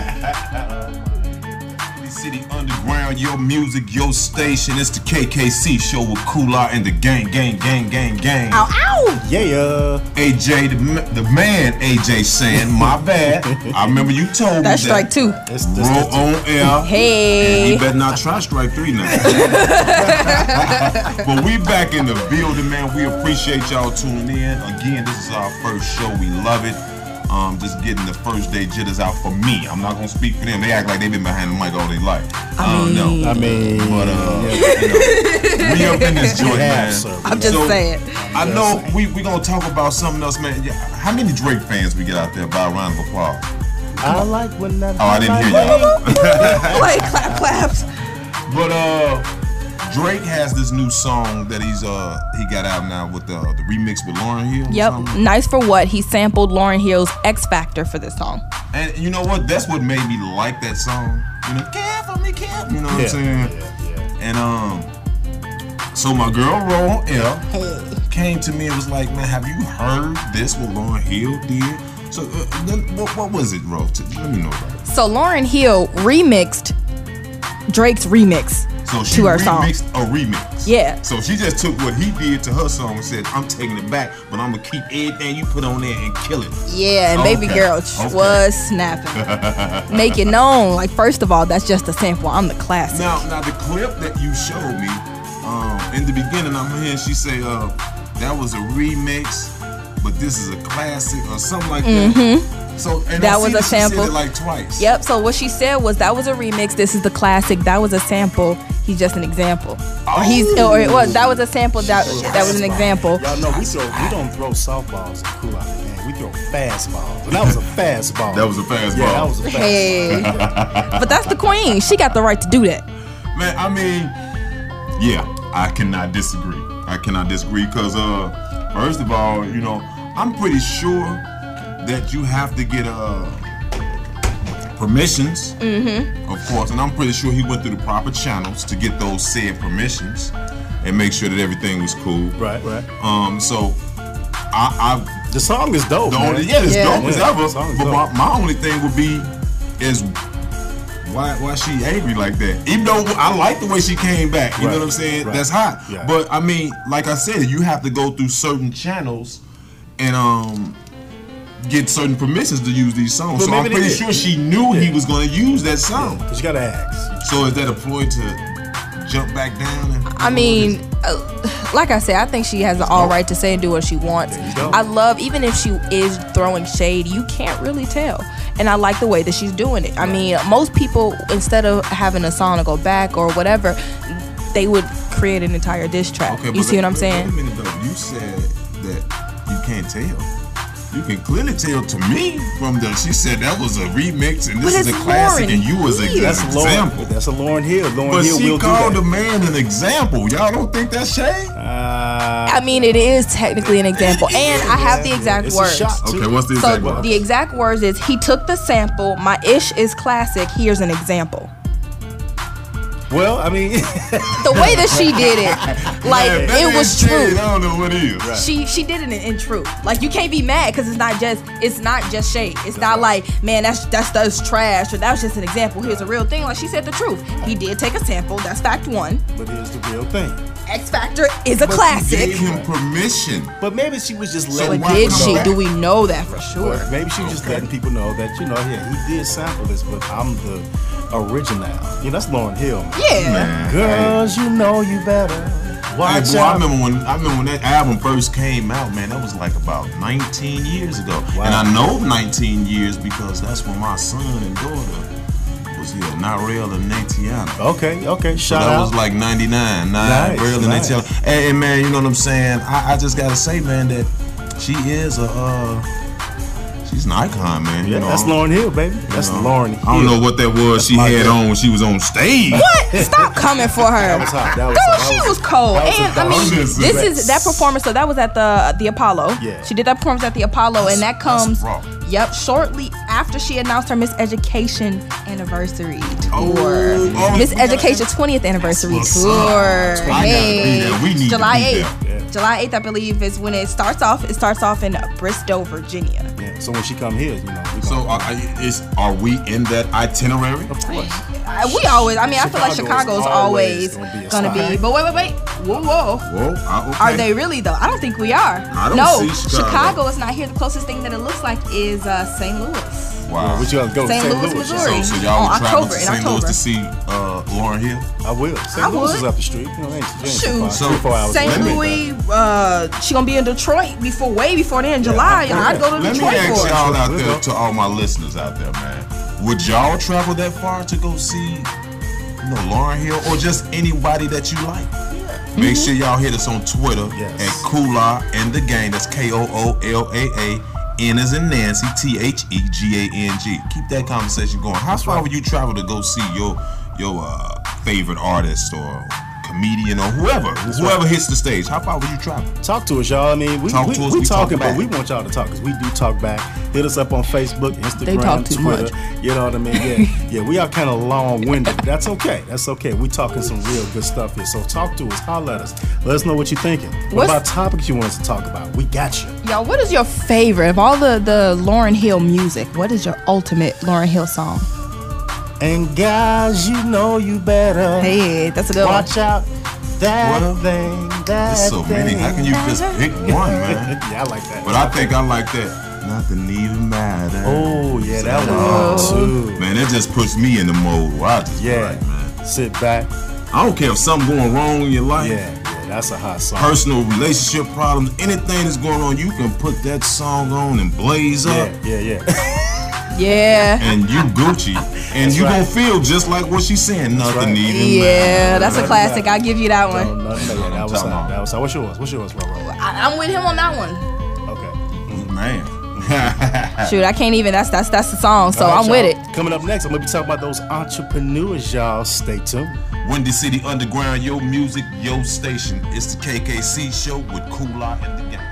[SPEAKER 1] Kansas City Underground, your music, your station. It's the KKC show with Kula and the gang, gang, gang, gang, gang.
[SPEAKER 3] ow ow!
[SPEAKER 2] yeah, yeah.
[SPEAKER 1] AJ, the, ma- the man, AJ saying, my bad. I remember you
[SPEAKER 3] (laughs)
[SPEAKER 1] told
[SPEAKER 3] That's
[SPEAKER 1] me
[SPEAKER 3] strike
[SPEAKER 1] that.
[SPEAKER 3] two.
[SPEAKER 2] That's, that's,
[SPEAKER 1] Roll on air. And (laughs)
[SPEAKER 3] Hey.
[SPEAKER 1] you better not try strike
[SPEAKER 3] (laughs)
[SPEAKER 1] three now. but we back in the building, man. We appreciate y'all tuning in. Again, this is our first show. We love it. Um, just getting the first day jitters out for me. I'm not gonna speak for them. They act like they've been behind the mic all their life. Uh, I don't know.
[SPEAKER 2] I mean,
[SPEAKER 1] But uh, you know, (laughs) we up in this joint, man.
[SPEAKER 2] sir.
[SPEAKER 3] I'm just
[SPEAKER 1] So,
[SPEAKER 3] saying.
[SPEAKER 1] I know we we gonna talk about something else, man. Yeah, How many Drake fans we get out there? By a round of applause.
[SPEAKER 2] I like when that.
[SPEAKER 1] Oh, I didn't hear y'all.
[SPEAKER 3] Like clap claps.
[SPEAKER 1] But uh, Drake has this new song that he's uh he got out now with uh, the, the remix with Lauren Hill. or
[SPEAKER 3] Yep.
[SPEAKER 1] something.
[SPEAKER 3] Nice for what? He sampled Lauren Hill's X Factor for this song.
[SPEAKER 1] And you know what? That's what made me like that song. You know, care for me, care. You know what
[SPEAKER 2] Yeah,
[SPEAKER 1] I'm saying? And um, so my girl Roll L came to me and was like, "Man, have you heard this? What Lauren Hill did?" So uh, then, what, what was it, Ro? T- Let me know. About it.
[SPEAKER 3] So Lauren Hill remixed Drake's remix.
[SPEAKER 1] So she
[SPEAKER 3] To her song.
[SPEAKER 1] remixed a remix.
[SPEAKER 3] Yeah.
[SPEAKER 1] So she just took what he did to her song and said, "I'm taking it back, but I'm gonna keep everything you put on there and kill it."
[SPEAKER 3] Yeah, and baby
[SPEAKER 1] Okay,
[SPEAKER 3] girl
[SPEAKER 1] okay.
[SPEAKER 3] was snapping.
[SPEAKER 1] (laughs)
[SPEAKER 3] Make it known. Like, first of all, that's just a sample. I'm the classic.
[SPEAKER 1] Now, now the clip that you showed me um, in the beginning, I'm hearing she say, "Uh, that was a remix, but this is a classic or something like that." So and I
[SPEAKER 3] Mm-hmm. That
[SPEAKER 1] see
[SPEAKER 3] was a
[SPEAKER 1] she said
[SPEAKER 3] sample.
[SPEAKER 1] it like twice.
[SPEAKER 3] Yep, so what she said was that was a remix. This is the classic. That was a sample. He's just an example. Or he's or it was that was a sample that that was an example.
[SPEAKER 2] Y'all know we throw, we don't throw softballs at Cool Out Man. We throw fastballs. And that was a fastball.
[SPEAKER 1] That was a fastball.
[SPEAKER 2] yeah, that was a
[SPEAKER 1] (laughs)
[SPEAKER 2] fastball.
[SPEAKER 3] Hey. but that's the queen. She got the right to do that.
[SPEAKER 1] Man, I mean, yeah, I cannot disagree. I cannot disagree because, uh, first of all, you know, I'm pretty sure that you have to get uh permissions, of course, and I'm pretty sure he went through the proper channels to get those said permissions and make sure that everything was cool.
[SPEAKER 2] Right, right.
[SPEAKER 1] Um, so I, I
[SPEAKER 2] The song is dope.
[SPEAKER 1] the
[SPEAKER 2] man.
[SPEAKER 1] only, yeah, it's
[SPEAKER 3] Yeah.
[SPEAKER 1] dope as
[SPEAKER 2] Yeah,
[SPEAKER 1] ever.
[SPEAKER 2] it's always
[SPEAKER 1] But my,
[SPEAKER 2] dope.
[SPEAKER 1] my only thing would be is why why she angry like that? Even though I like the way she came back, you
[SPEAKER 2] Right,
[SPEAKER 1] know what I'm saying?
[SPEAKER 2] right,
[SPEAKER 1] That's hot.
[SPEAKER 2] yeah.
[SPEAKER 1] But I mean, like I said, you have to go through certain channels and um get certain permissions to use these songs.
[SPEAKER 2] But
[SPEAKER 1] so I'm
[SPEAKER 2] maybe they
[SPEAKER 1] pretty
[SPEAKER 2] did.
[SPEAKER 1] sure she knew he was gonna use that song.
[SPEAKER 2] But you gotta ask.
[SPEAKER 1] So is that a ploy to jump back down? And,
[SPEAKER 3] I mean, uh, like I said, I think she has the all right to say and do what she wants.
[SPEAKER 2] There you go.
[SPEAKER 3] I love, even if she is throwing shade, you can't really tell. And I like the way that she's doing it. I mean, most people, instead of having a song to go back or whatever, they would create an entire diss track.
[SPEAKER 1] Okay,
[SPEAKER 3] you
[SPEAKER 1] but
[SPEAKER 3] see what I'm
[SPEAKER 1] wait-
[SPEAKER 3] saying?
[SPEAKER 1] Wait a minute though. You said that you can't tell. You can clearly tell to me from the she said that was a remix and this
[SPEAKER 3] But
[SPEAKER 1] is a
[SPEAKER 3] it's
[SPEAKER 1] classic
[SPEAKER 3] Lauryn
[SPEAKER 1] and you was a
[SPEAKER 3] Hill.
[SPEAKER 1] good
[SPEAKER 2] That's
[SPEAKER 1] example.
[SPEAKER 2] Lauren. That's a Lauren Hill. Lauren
[SPEAKER 1] but
[SPEAKER 2] Hill
[SPEAKER 1] she
[SPEAKER 2] will
[SPEAKER 1] called
[SPEAKER 2] do
[SPEAKER 1] a
[SPEAKER 2] that.
[SPEAKER 1] man an example. Y'all don't think that's shade?
[SPEAKER 2] Uh,
[SPEAKER 3] I mean, it is technically an example. And I have the exact
[SPEAKER 2] it's
[SPEAKER 3] words.
[SPEAKER 2] a shot. too.
[SPEAKER 1] okay, what's the
[SPEAKER 3] So
[SPEAKER 1] exact word?
[SPEAKER 3] the exact words is he took the sample. My ish is classic. Here's an example.
[SPEAKER 2] Well, I mean, (laughs)
[SPEAKER 3] The way that she did it, like
[SPEAKER 1] Man, if that
[SPEAKER 3] it
[SPEAKER 1] ain't
[SPEAKER 3] was
[SPEAKER 1] shade,
[SPEAKER 3] true.
[SPEAKER 1] I don't know what it is.
[SPEAKER 3] she she did it in, in truth. Like you can't be mad because it's not just it's not just shade. It's not like man that's that's that's trash or that was just an example. Here's a real thing. Like she said the truth. He did take a sample. That's fact one.
[SPEAKER 2] but here's the real thing.
[SPEAKER 3] X Factor is a
[SPEAKER 1] But
[SPEAKER 3] classic.
[SPEAKER 1] You gave him permission.
[SPEAKER 2] But maybe she was just
[SPEAKER 1] So
[SPEAKER 3] But
[SPEAKER 2] letting.
[SPEAKER 1] why
[SPEAKER 3] did
[SPEAKER 1] come
[SPEAKER 3] she?
[SPEAKER 1] back?
[SPEAKER 3] Do we know that for sure?
[SPEAKER 2] But maybe she was just letting people know that you know, yeah, he did sample this, but I'm the original. You know, that's Lauren Hill. man.
[SPEAKER 3] Yeah.
[SPEAKER 1] Man,
[SPEAKER 2] Girls, you know you better.
[SPEAKER 1] Hey,
[SPEAKER 2] Watch
[SPEAKER 1] boy, I
[SPEAKER 2] out.
[SPEAKER 1] remember when I remember when that album first came out, man. That was like about 19 years ago,
[SPEAKER 2] Wow.
[SPEAKER 1] and I know 19 years because that's when my son and daughter was here, Narelle and Natiana.
[SPEAKER 2] okay, okay. Oh, Shout
[SPEAKER 1] that
[SPEAKER 2] out.
[SPEAKER 1] was like 99, nine,
[SPEAKER 2] Nice,
[SPEAKER 1] real and
[SPEAKER 2] nice.
[SPEAKER 1] they tell hey, hey, man, you know what I'm saying? I, I just gotta say, man, that she is a uh, she's an icon, man.
[SPEAKER 2] yeah,
[SPEAKER 1] you know,
[SPEAKER 2] that's
[SPEAKER 1] I don't-
[SPEAKER 2] Lauren Hill, baby. That's
[SPEAKER 1] you know,
[SPEAKER 2] Lauren Hill.
[SPEAKER 1] I don't know what that was she
[SPEAKER 2] my
[SPEAKER 1] had
[SPEAKER 2] girl.
[SPEAKER 1] on when she was on stage.
[SPEAKER 3] Stop coming for her.
[SPEAKER 2] That was hot. That was
[SPEAKER 3] Girl,
[SPEAKER 2] hot. That
[SPEAKER 3] she
[SPEAKER 2] was-
[SPEAKER 3] was cold.
[SPEAKER 2] that was
[SPEAKER 3] and
[SPEAKER 2] a
[SPEAKER 3] I mean,
[SPEAKER 1] dog.
[SPEAKER 3] this is that performance. So that was at the the Apollo.
[SPEAKER 2] Yeah.
[SPEAKER 3] She did that performance at the Apollo, and that comes.
[SPEAKER 1] raw.
[SPEAKER 3] Yep, shortly after she announced her Miss Education anniversary tour,
[SPEAKER 1] Oh, oh,
[SPEAKER 3] Miss Education 20th anniversary
[SPEAKER 1] what's
[SPEAKER 3] tour.
[SPEAKER 1] up. I gotta be there. We need to
[SPEAKER 3] July
[SPEAKER 1] be there.
[SPEAKER 3] 8th.
[SPEAKER 2] Yeah.
[SPEAKER 3] July 8th, I believe, is when it starts off. It starts off in Bristow, Virginia.
[SPEAKER 2] Yeah, so when she come here, you know. We
[SPEAKER 1] So
[SPEAKER 2] gonna-
[SPEAKER 1] are, are- is are we in that itinerary?
[SPEAKER 2] of course.
[SPEAKER 3] I- Uh, We always, I mean, I feel like
[SPEAKER 2] Chicago is
[SPEAKER 3] Chicago's always,
[SPEAKER 2] always gonna be a
[SPEAKER 3] gonna
[SPEAKER 2] spot.
[SPEAKER 3] be. But wait, wait, wait. Whoa, whoa.
[SPEAKER 1] Whoa, I, okay.
[SPEAKER 3] Are they really though? I don't think we are.
[SPEAKER 1] I don't
[SPEAKER 3] no,
[SPEAKER 1] see Chicago.
[SPEAKER 3] is not here. The closest thing that it looks like is uh, St. Louis.
[SPEAKER 1] Wow.
[SPEAKER 2] But you gotta go to
[SPEAKER 3] St.
[SPEAKER 2] St.
[SPEAKER 3] Louis,
[SPEAKER 2] Louis.
[SPEAKER 3] Missouri.
[SPEAKER 1] so, so y'all
[SPEAKER 3] Oh,
[SPEAKER 1] would travel
[SPEAKER 3] October,
[SPEAKER 1] to
[SPEAKER 3] in
[SPEAKER 1] St. Louis
[SPEAKER 3] October.
[SPEAKER 1] to see uh, Lauren Hill?
[SPEAKER 2] I will.
[SPEAKER 3] I
[SPEAKER 2] St. Louis is
[SPEAKER 3] would.
[SPEAKER 2] up the street. You know, ain't, you ain't
[SPEAKER 3] Shoot.
[SPEAKER 2] Shoot.
[SPEAKER 1] So,
[SPEAKER 2] three, four hours
[SPEAKER 3] St.
[SPEAKER 1] let me-
[SPEAKER 2] away.
[SPEAKER 3] Louis, uh, she gonna be in Detroit before way before then in July.
[SPEAKER 2] I-
[SPEAKER 3] I'd go to
[SPEAKER 1] Let me
[SPEAKER 3] Detroit
[SPEAKER 1] ask
[SPEAKER 3] for it.
[SPEAKER 1] y'all out
[SPEAKER 2] We'll
[SPEAKER 1] there
[SPEAKER 2] go.
[SPEAKER 1] to all my listeners out there, man. Would y'all travel that far to go see you know, Lauren Hill or just anybody that you like? Make sure y'all hit us on Twitter
[SPEAKER 2] Yes.
[SPEAKER 1] at Koola and the Gang. That's K O O L A A. N as in Nancy, T H E G A N G. Keep that conversation going. How far would you travel to go see your your uh, favorite artist or comedian or whoever whoever hits the stage? How far would you travel?
[SPEAKER 2] Talk to us, y'all. I mean, we,
[SPEAKER 1] Talk
[SPEAKER 2] we,
[SPEAKER 1] to us,
[SPEAKER 2] we
[SPEAKER 1] we talk
[SPEAKER 2] talking, but
[SPEAKER 1] back.
[SPEAKER 2] we want y'all to talk because we do talk back. Hit us up on Facebook, Instagram,
[SPEAKER 3] They talk too
[SPEAKER 2] Twitter.
[SPEAKER 3] much.
[SPEAKER 2] You know what I mean?
[SPEAKER 3] (laughs)
[SPEAKER 2] Yeah, yeah. We are kind of long-winded. That's okay. That's okay. We talking some real good stuff here. So talk to us, holler at us. Let us know what you're thinking. What
[SPEAKER 3] What's-
[SPEAKER 2] about topics you want us to talk about? We got you.
[SPEAKER 3] Y'all, what is your favorite of all the the Lauren Hill music? What is your ultimate Lauren Hill song?
[SPEAKER 2] And guys, you know you better
[SPEAKER 3] Hey, that's a good one.
[SPEAKER 2] watch out that
[SPEAKER 1] Well,
[SPEAKER 2] thing. That
[SPEAKER 1] There's so
[SPEAKER 2] thing.
[SPEAKER 1] many. How can you just pick one, man?
[SPEAKER 2] (laughs) yeah, I like that.
[SPEAKER 1] But I think I like that. Nothing even matter.
[SPEAKER 2] oh yeah, that one too.
[SPEAKER 1] Man, that just puts me in the mode where I just be
[SPEAKER 2] Yeah,
[SPEAKER 1] like, man.
[SPEAKER 2] sit back.
[SPEAKER 1] I don't care if something going wrong in your
[SPEAKER 2] Yeah,
[SPEAKER 1] life,
[SPEAKER 2] yeah, that's a hot song.
[SPEAKER 1] personal relationship problems, anything that's going on, you can put that song on and blaze up.
[SPEAKER 2] yeah, yeah, yeah.
[SPEAKER 3] Yeah,
[SPEAKER 1] And you
[SPEAKER 2] (laughs)
[SPEAKER 1] Gucci, and you
[SPEAKER 2] right.
[SPEAKER 1] gonna feel just like what she's saying. Nothing
[SPEAKER 2] right.
[SPEAKER 1] even
[SPEAKER 3] yeah, that's a
[SPEAKER 2] Right.
[SPEAKER 3] classic. I give you that
[SPEAKER 2] Um, No,
[SPEAKER 3] one.
[SPEAKER 2] no, no, yeah, that was hot. That was hot. What's yours? What's yours? Roll, roll.
[SPEAKER 3] I, I'm with him on that one.
[SPEAKER 2] Okay.
[SPEAKER 1] matter. Man, (laughs)
[SPEAKER 3] Shoot, I can't even. That's that's that's the song. So
[SPEAKER 2] All right,
[SPEAKER 3] I'm with it.
[SPEAKER 2] y'all. Coming up next, I'm gonna be talking about those entrepreneurs, y'all. Stay tuned.
[SPEAKER 1] Windy City Underground, your music, your station. It's the KKC show with Kula and the gang.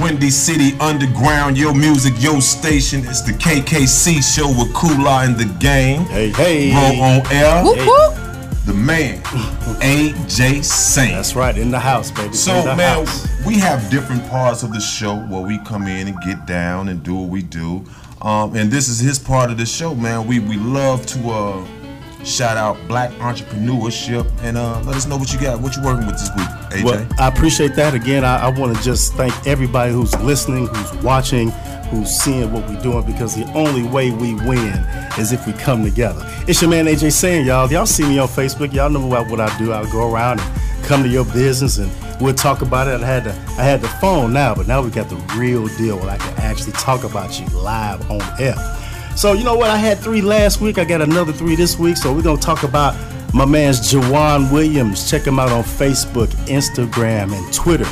[SPEAKER 1] Windy City Underground, your music, your station. It's the KKC show with Kula and the gang.
[SPEAKER 2] Hey, hey.
[SPEAKER 1] Roll on air,
[SPEAKER 3] Whoop whoop.
[SPEAKER 1] the man, AJ Saint.
[SPEAKER 2] That's right, in the house, baby.
[SPEAKER 1] So
[SPEAKER 2] in the
[SPEAKER 1] man,
[SPEAKER 2] house.
[SPEAKER 1] we have different parts of the show where we come in and get down and do what we do. Um, and this is his part of the show, man. We we love to uh, shout out black entrepreneurship and uh, let us know what you got, what you working with this week, AJ.
[SPEAKER 2] Well, I appreciate that. Again, I, I want to just thank everybody who's listening, who's watching, who's seeing what we're doing because the only way we win is if we come together. It's your man AJ saying, y'all. Y'all see me on Facebook. Y'all know what, what I do. I'll go around and come to your business and we'll talk about it. I had the I had the phone now, but now we got the real deal where I can actually talk about you live on air. So you know what? I had three last week. I got another three this week. So we're gonna talk about my man's Jawan Williams. Check him out on Facebook, Instagram, and Twitter.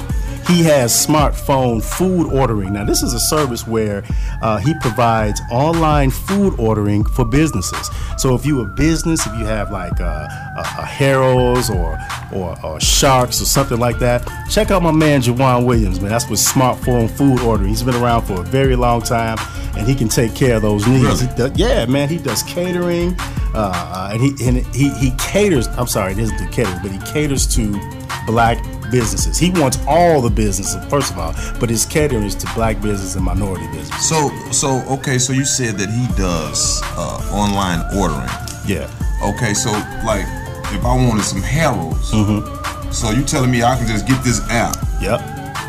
[SPEAKER 2] He has smartphone food ordering. Now, this is a service where uh, he provides online food ordering for businesses. So, if you're a business, if you have like uh, a, a Harold's or, or or uh, Sharks or something like that, check out my man Jawan Williams. Man, that's with smartphone food ordering. He's been around for a very long time, and he can take care of those needs.
[SPEAKER 1] Really?
[SPEAKER 2] He does- yeah, man, he does catering, uh, uh, and he and he he caters. I'm sorry, it isn't to catering, but he caters to black businesses. He wants all the businesses, first of all, but his catering is to black business and minority business.
[SPEAKER 1] so so okay, so you said that he does uh, online ordering.
[SPEAKER 2] Yeah.
[SPEAKER 1] Okay, so like if I wanted some Harold's.
[SPEAKER 2] Mm-hmm.
[SPEAKER 1] So you telling me I can just get this app
[SPEAKER 2] Yep.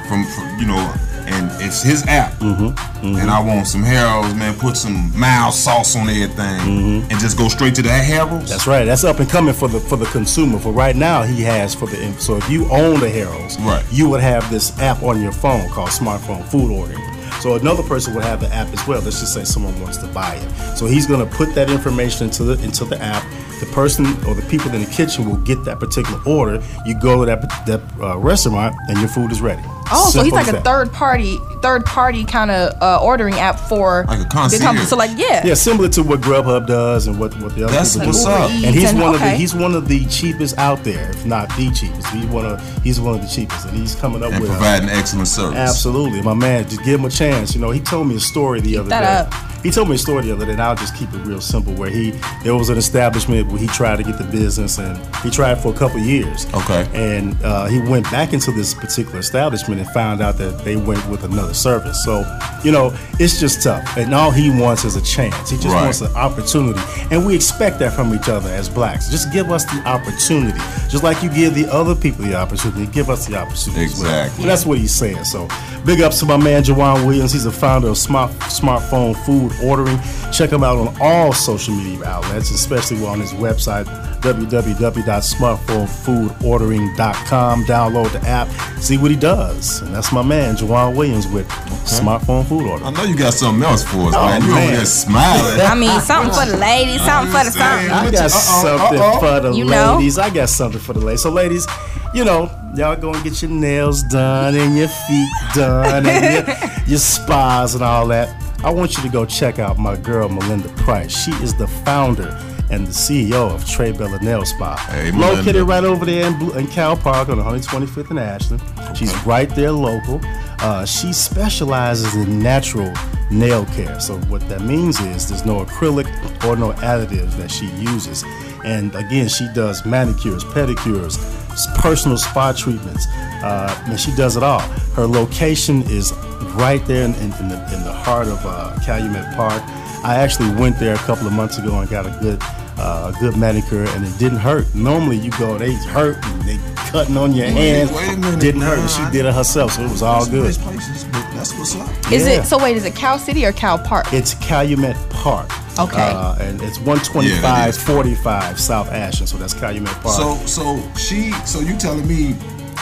[SPEAKER 1] from, from you know, and it's his app,
[SPEAKER 2] Mm-hmm,
[SPEAKER 1] and I want some Harold's, man. Put some mild sauce on everything, and just go straight to that Harold's.
[SPEAKER 2] Mm-hmm. That's right. That's up and coming for the for the consumer. For right now, he has for the so if you own the Harold's,
[SPEAKER 1] Right.
[SPEAKER 2] you would have this app on your phone called smartphone food ordering. So another person would have the app as well. Let's just say someone wants to buy it. So he's going to put that information into the into the app. The person or the people in the kitchen will get that particular order. You go to that that uh, restaurant and your food is ready.
[SPEAKER 3] Oh, so he's
[SPEAKER 2] Simple
[SPEAKER 3] like
[SPEAKER 2] as
[SPEAKER 3] a
[SPEAKER 2] that.
[SPEAKER 3] third party, third party kind of uh, ordering app for
[SPEAKER 1] Like a
[SPEAKER 3] the company.
[SPEAKER 1] concierge.
[SPEAKER 3] So like, yeah,
[SPEAKER 2] Yeah, similar to what Grubhub does and what, what the other
[SPEAKER 1] That's
[SPEAKER 2] people
[SPEAKER 1] what's
[SPEAKER 2] do.
[SPEAKER 1] up.
[SPEAKER 2] And he's
[SPEAKER 3] And-
[SPEAKER 2] one of the
[SPEAKER 3] okay.
[SPEAKER 2] he's one of the cheapest out there, if not the cheapest. He's one of he's one of the cheapest, and he's coming up
[SPEAKER 1] and
[SPEAKER 2] with
[SPEAKER 1] providing excellent service.
[SPEAKER 2] absolutely. My man, just give him a chance. You know, he told me a story the other
[SPEAKER 3] that
[SPEAKER 2] day.
[SPEAKER 3] up.
[SPEAKER 2] He told me a story the other day, and I'll just keep it real simple. Where he there was an establishment where he tried to get the business, and he tried for a couple years.
[SPEAKER 1] Okay.
[SPEAKER 2] And uh, he went back into this particular establishment and found out that they went with another service. So, you know, it's just tough. And all he wants is a chance. He just
[SPEAKER 1] Right.
[SPEAKER 2] wants an opportunity. And we expect that from each other as blacks. Just give us the opportunity. Just like you give the other people the opportunity, give us the opportunity. as well.
[SPEAKER 1] Exactly.
[SPEAKER 2] And that's what he's saying. So, big ups to my man Jawan Williams. He's the founder of Smart Smartphone Food Ordering. Check him out on all social media outlets, especially on his website www.smartphonefoodordering.com. Download the app, see what he does. And that's my man Jawan Williams with Smartphone Food
[SPEAKER 1] I
[SPEAKER 2] Ordering.
[SPEAKER 1] know you got something else for us,
[SPEAKER 2] Oh,
[SPEAKER 1] man. You
[SPEAKER 2] man.
[SPEAKER 1] over there smiling.
[SPEAKER 3] I mean, something for the ladies, something for the
[SPEAKER 1] Understand.
[SPEAKER 3] something.
[SPEAKER 2] I
[SPEAKER 1] What
[SPEAKER 2] got
[SPEAKER 1] you- uh-oh,
[SPEAKER 2] something
[SPEAKER 1] uh-oh.
[SPEAKER 2] for the
[SPEAKER 3] You know?
[SPEAKER 2] ladies. I got something for the ladies. So, ladies, you know, y'all go and get your nails done and your feet done and
[SPEAKER 3] (laughs)
[SPEAKER 2] your, your spas and all that. I want you to go check out my girl, Melinda Price. She is the founder and the CEO of Trey Bella Nail Spa.
[SPEAKER 1] Hey,
[SPEAKER 2] Located
[SPEAKER 1] Melinda.
[SPEAKER 2] right over there in, Blue, in Cal Park on 125th and Ashland. She's right there local. Uh, she specializes in natural nail care. So what that means is there's no acrylic or no additives that she uses. And again, she does manicures, pedicures, s- personal spa treatments. Uh, and she does it all. Her location is right there in, in, in, the, in the heart of uh, Calumet Park. I actually went there a couple of months ago and got a good uh, a good manicure and it didn't hurt. Normally you go, they hurt and they cutting on your hands.
[SPEAKER 1] wait a minute,
[SPEAKER 2] didn't hurt.
[SPEAKER 1] nah,
[SPEAKER 2] she
[SPEAKER 1] I-
[SPEAKER 2] did it herself, so it was all good.
[SPEAKER 1] places, but that's what's up.
[SPEAKER 3] Is
[SPEAKER 2] Yeah.
[SPEAKER 3] it so? Wait, is it Cal City or Cal Park?
[SPEAKER 2] It's Calumet Park.
[SPEAKER 3] Okay.
[SPEAKER 2] Uh, and it's
[SPEAKER 1] Yeah, it
[SPEAKER 2] 125
[SPEAKER 1] is.
[SPEAKER 2] 45 South Ashland, so that's Calumet Park.
[SPEAKER 1] So, so she, so you telling me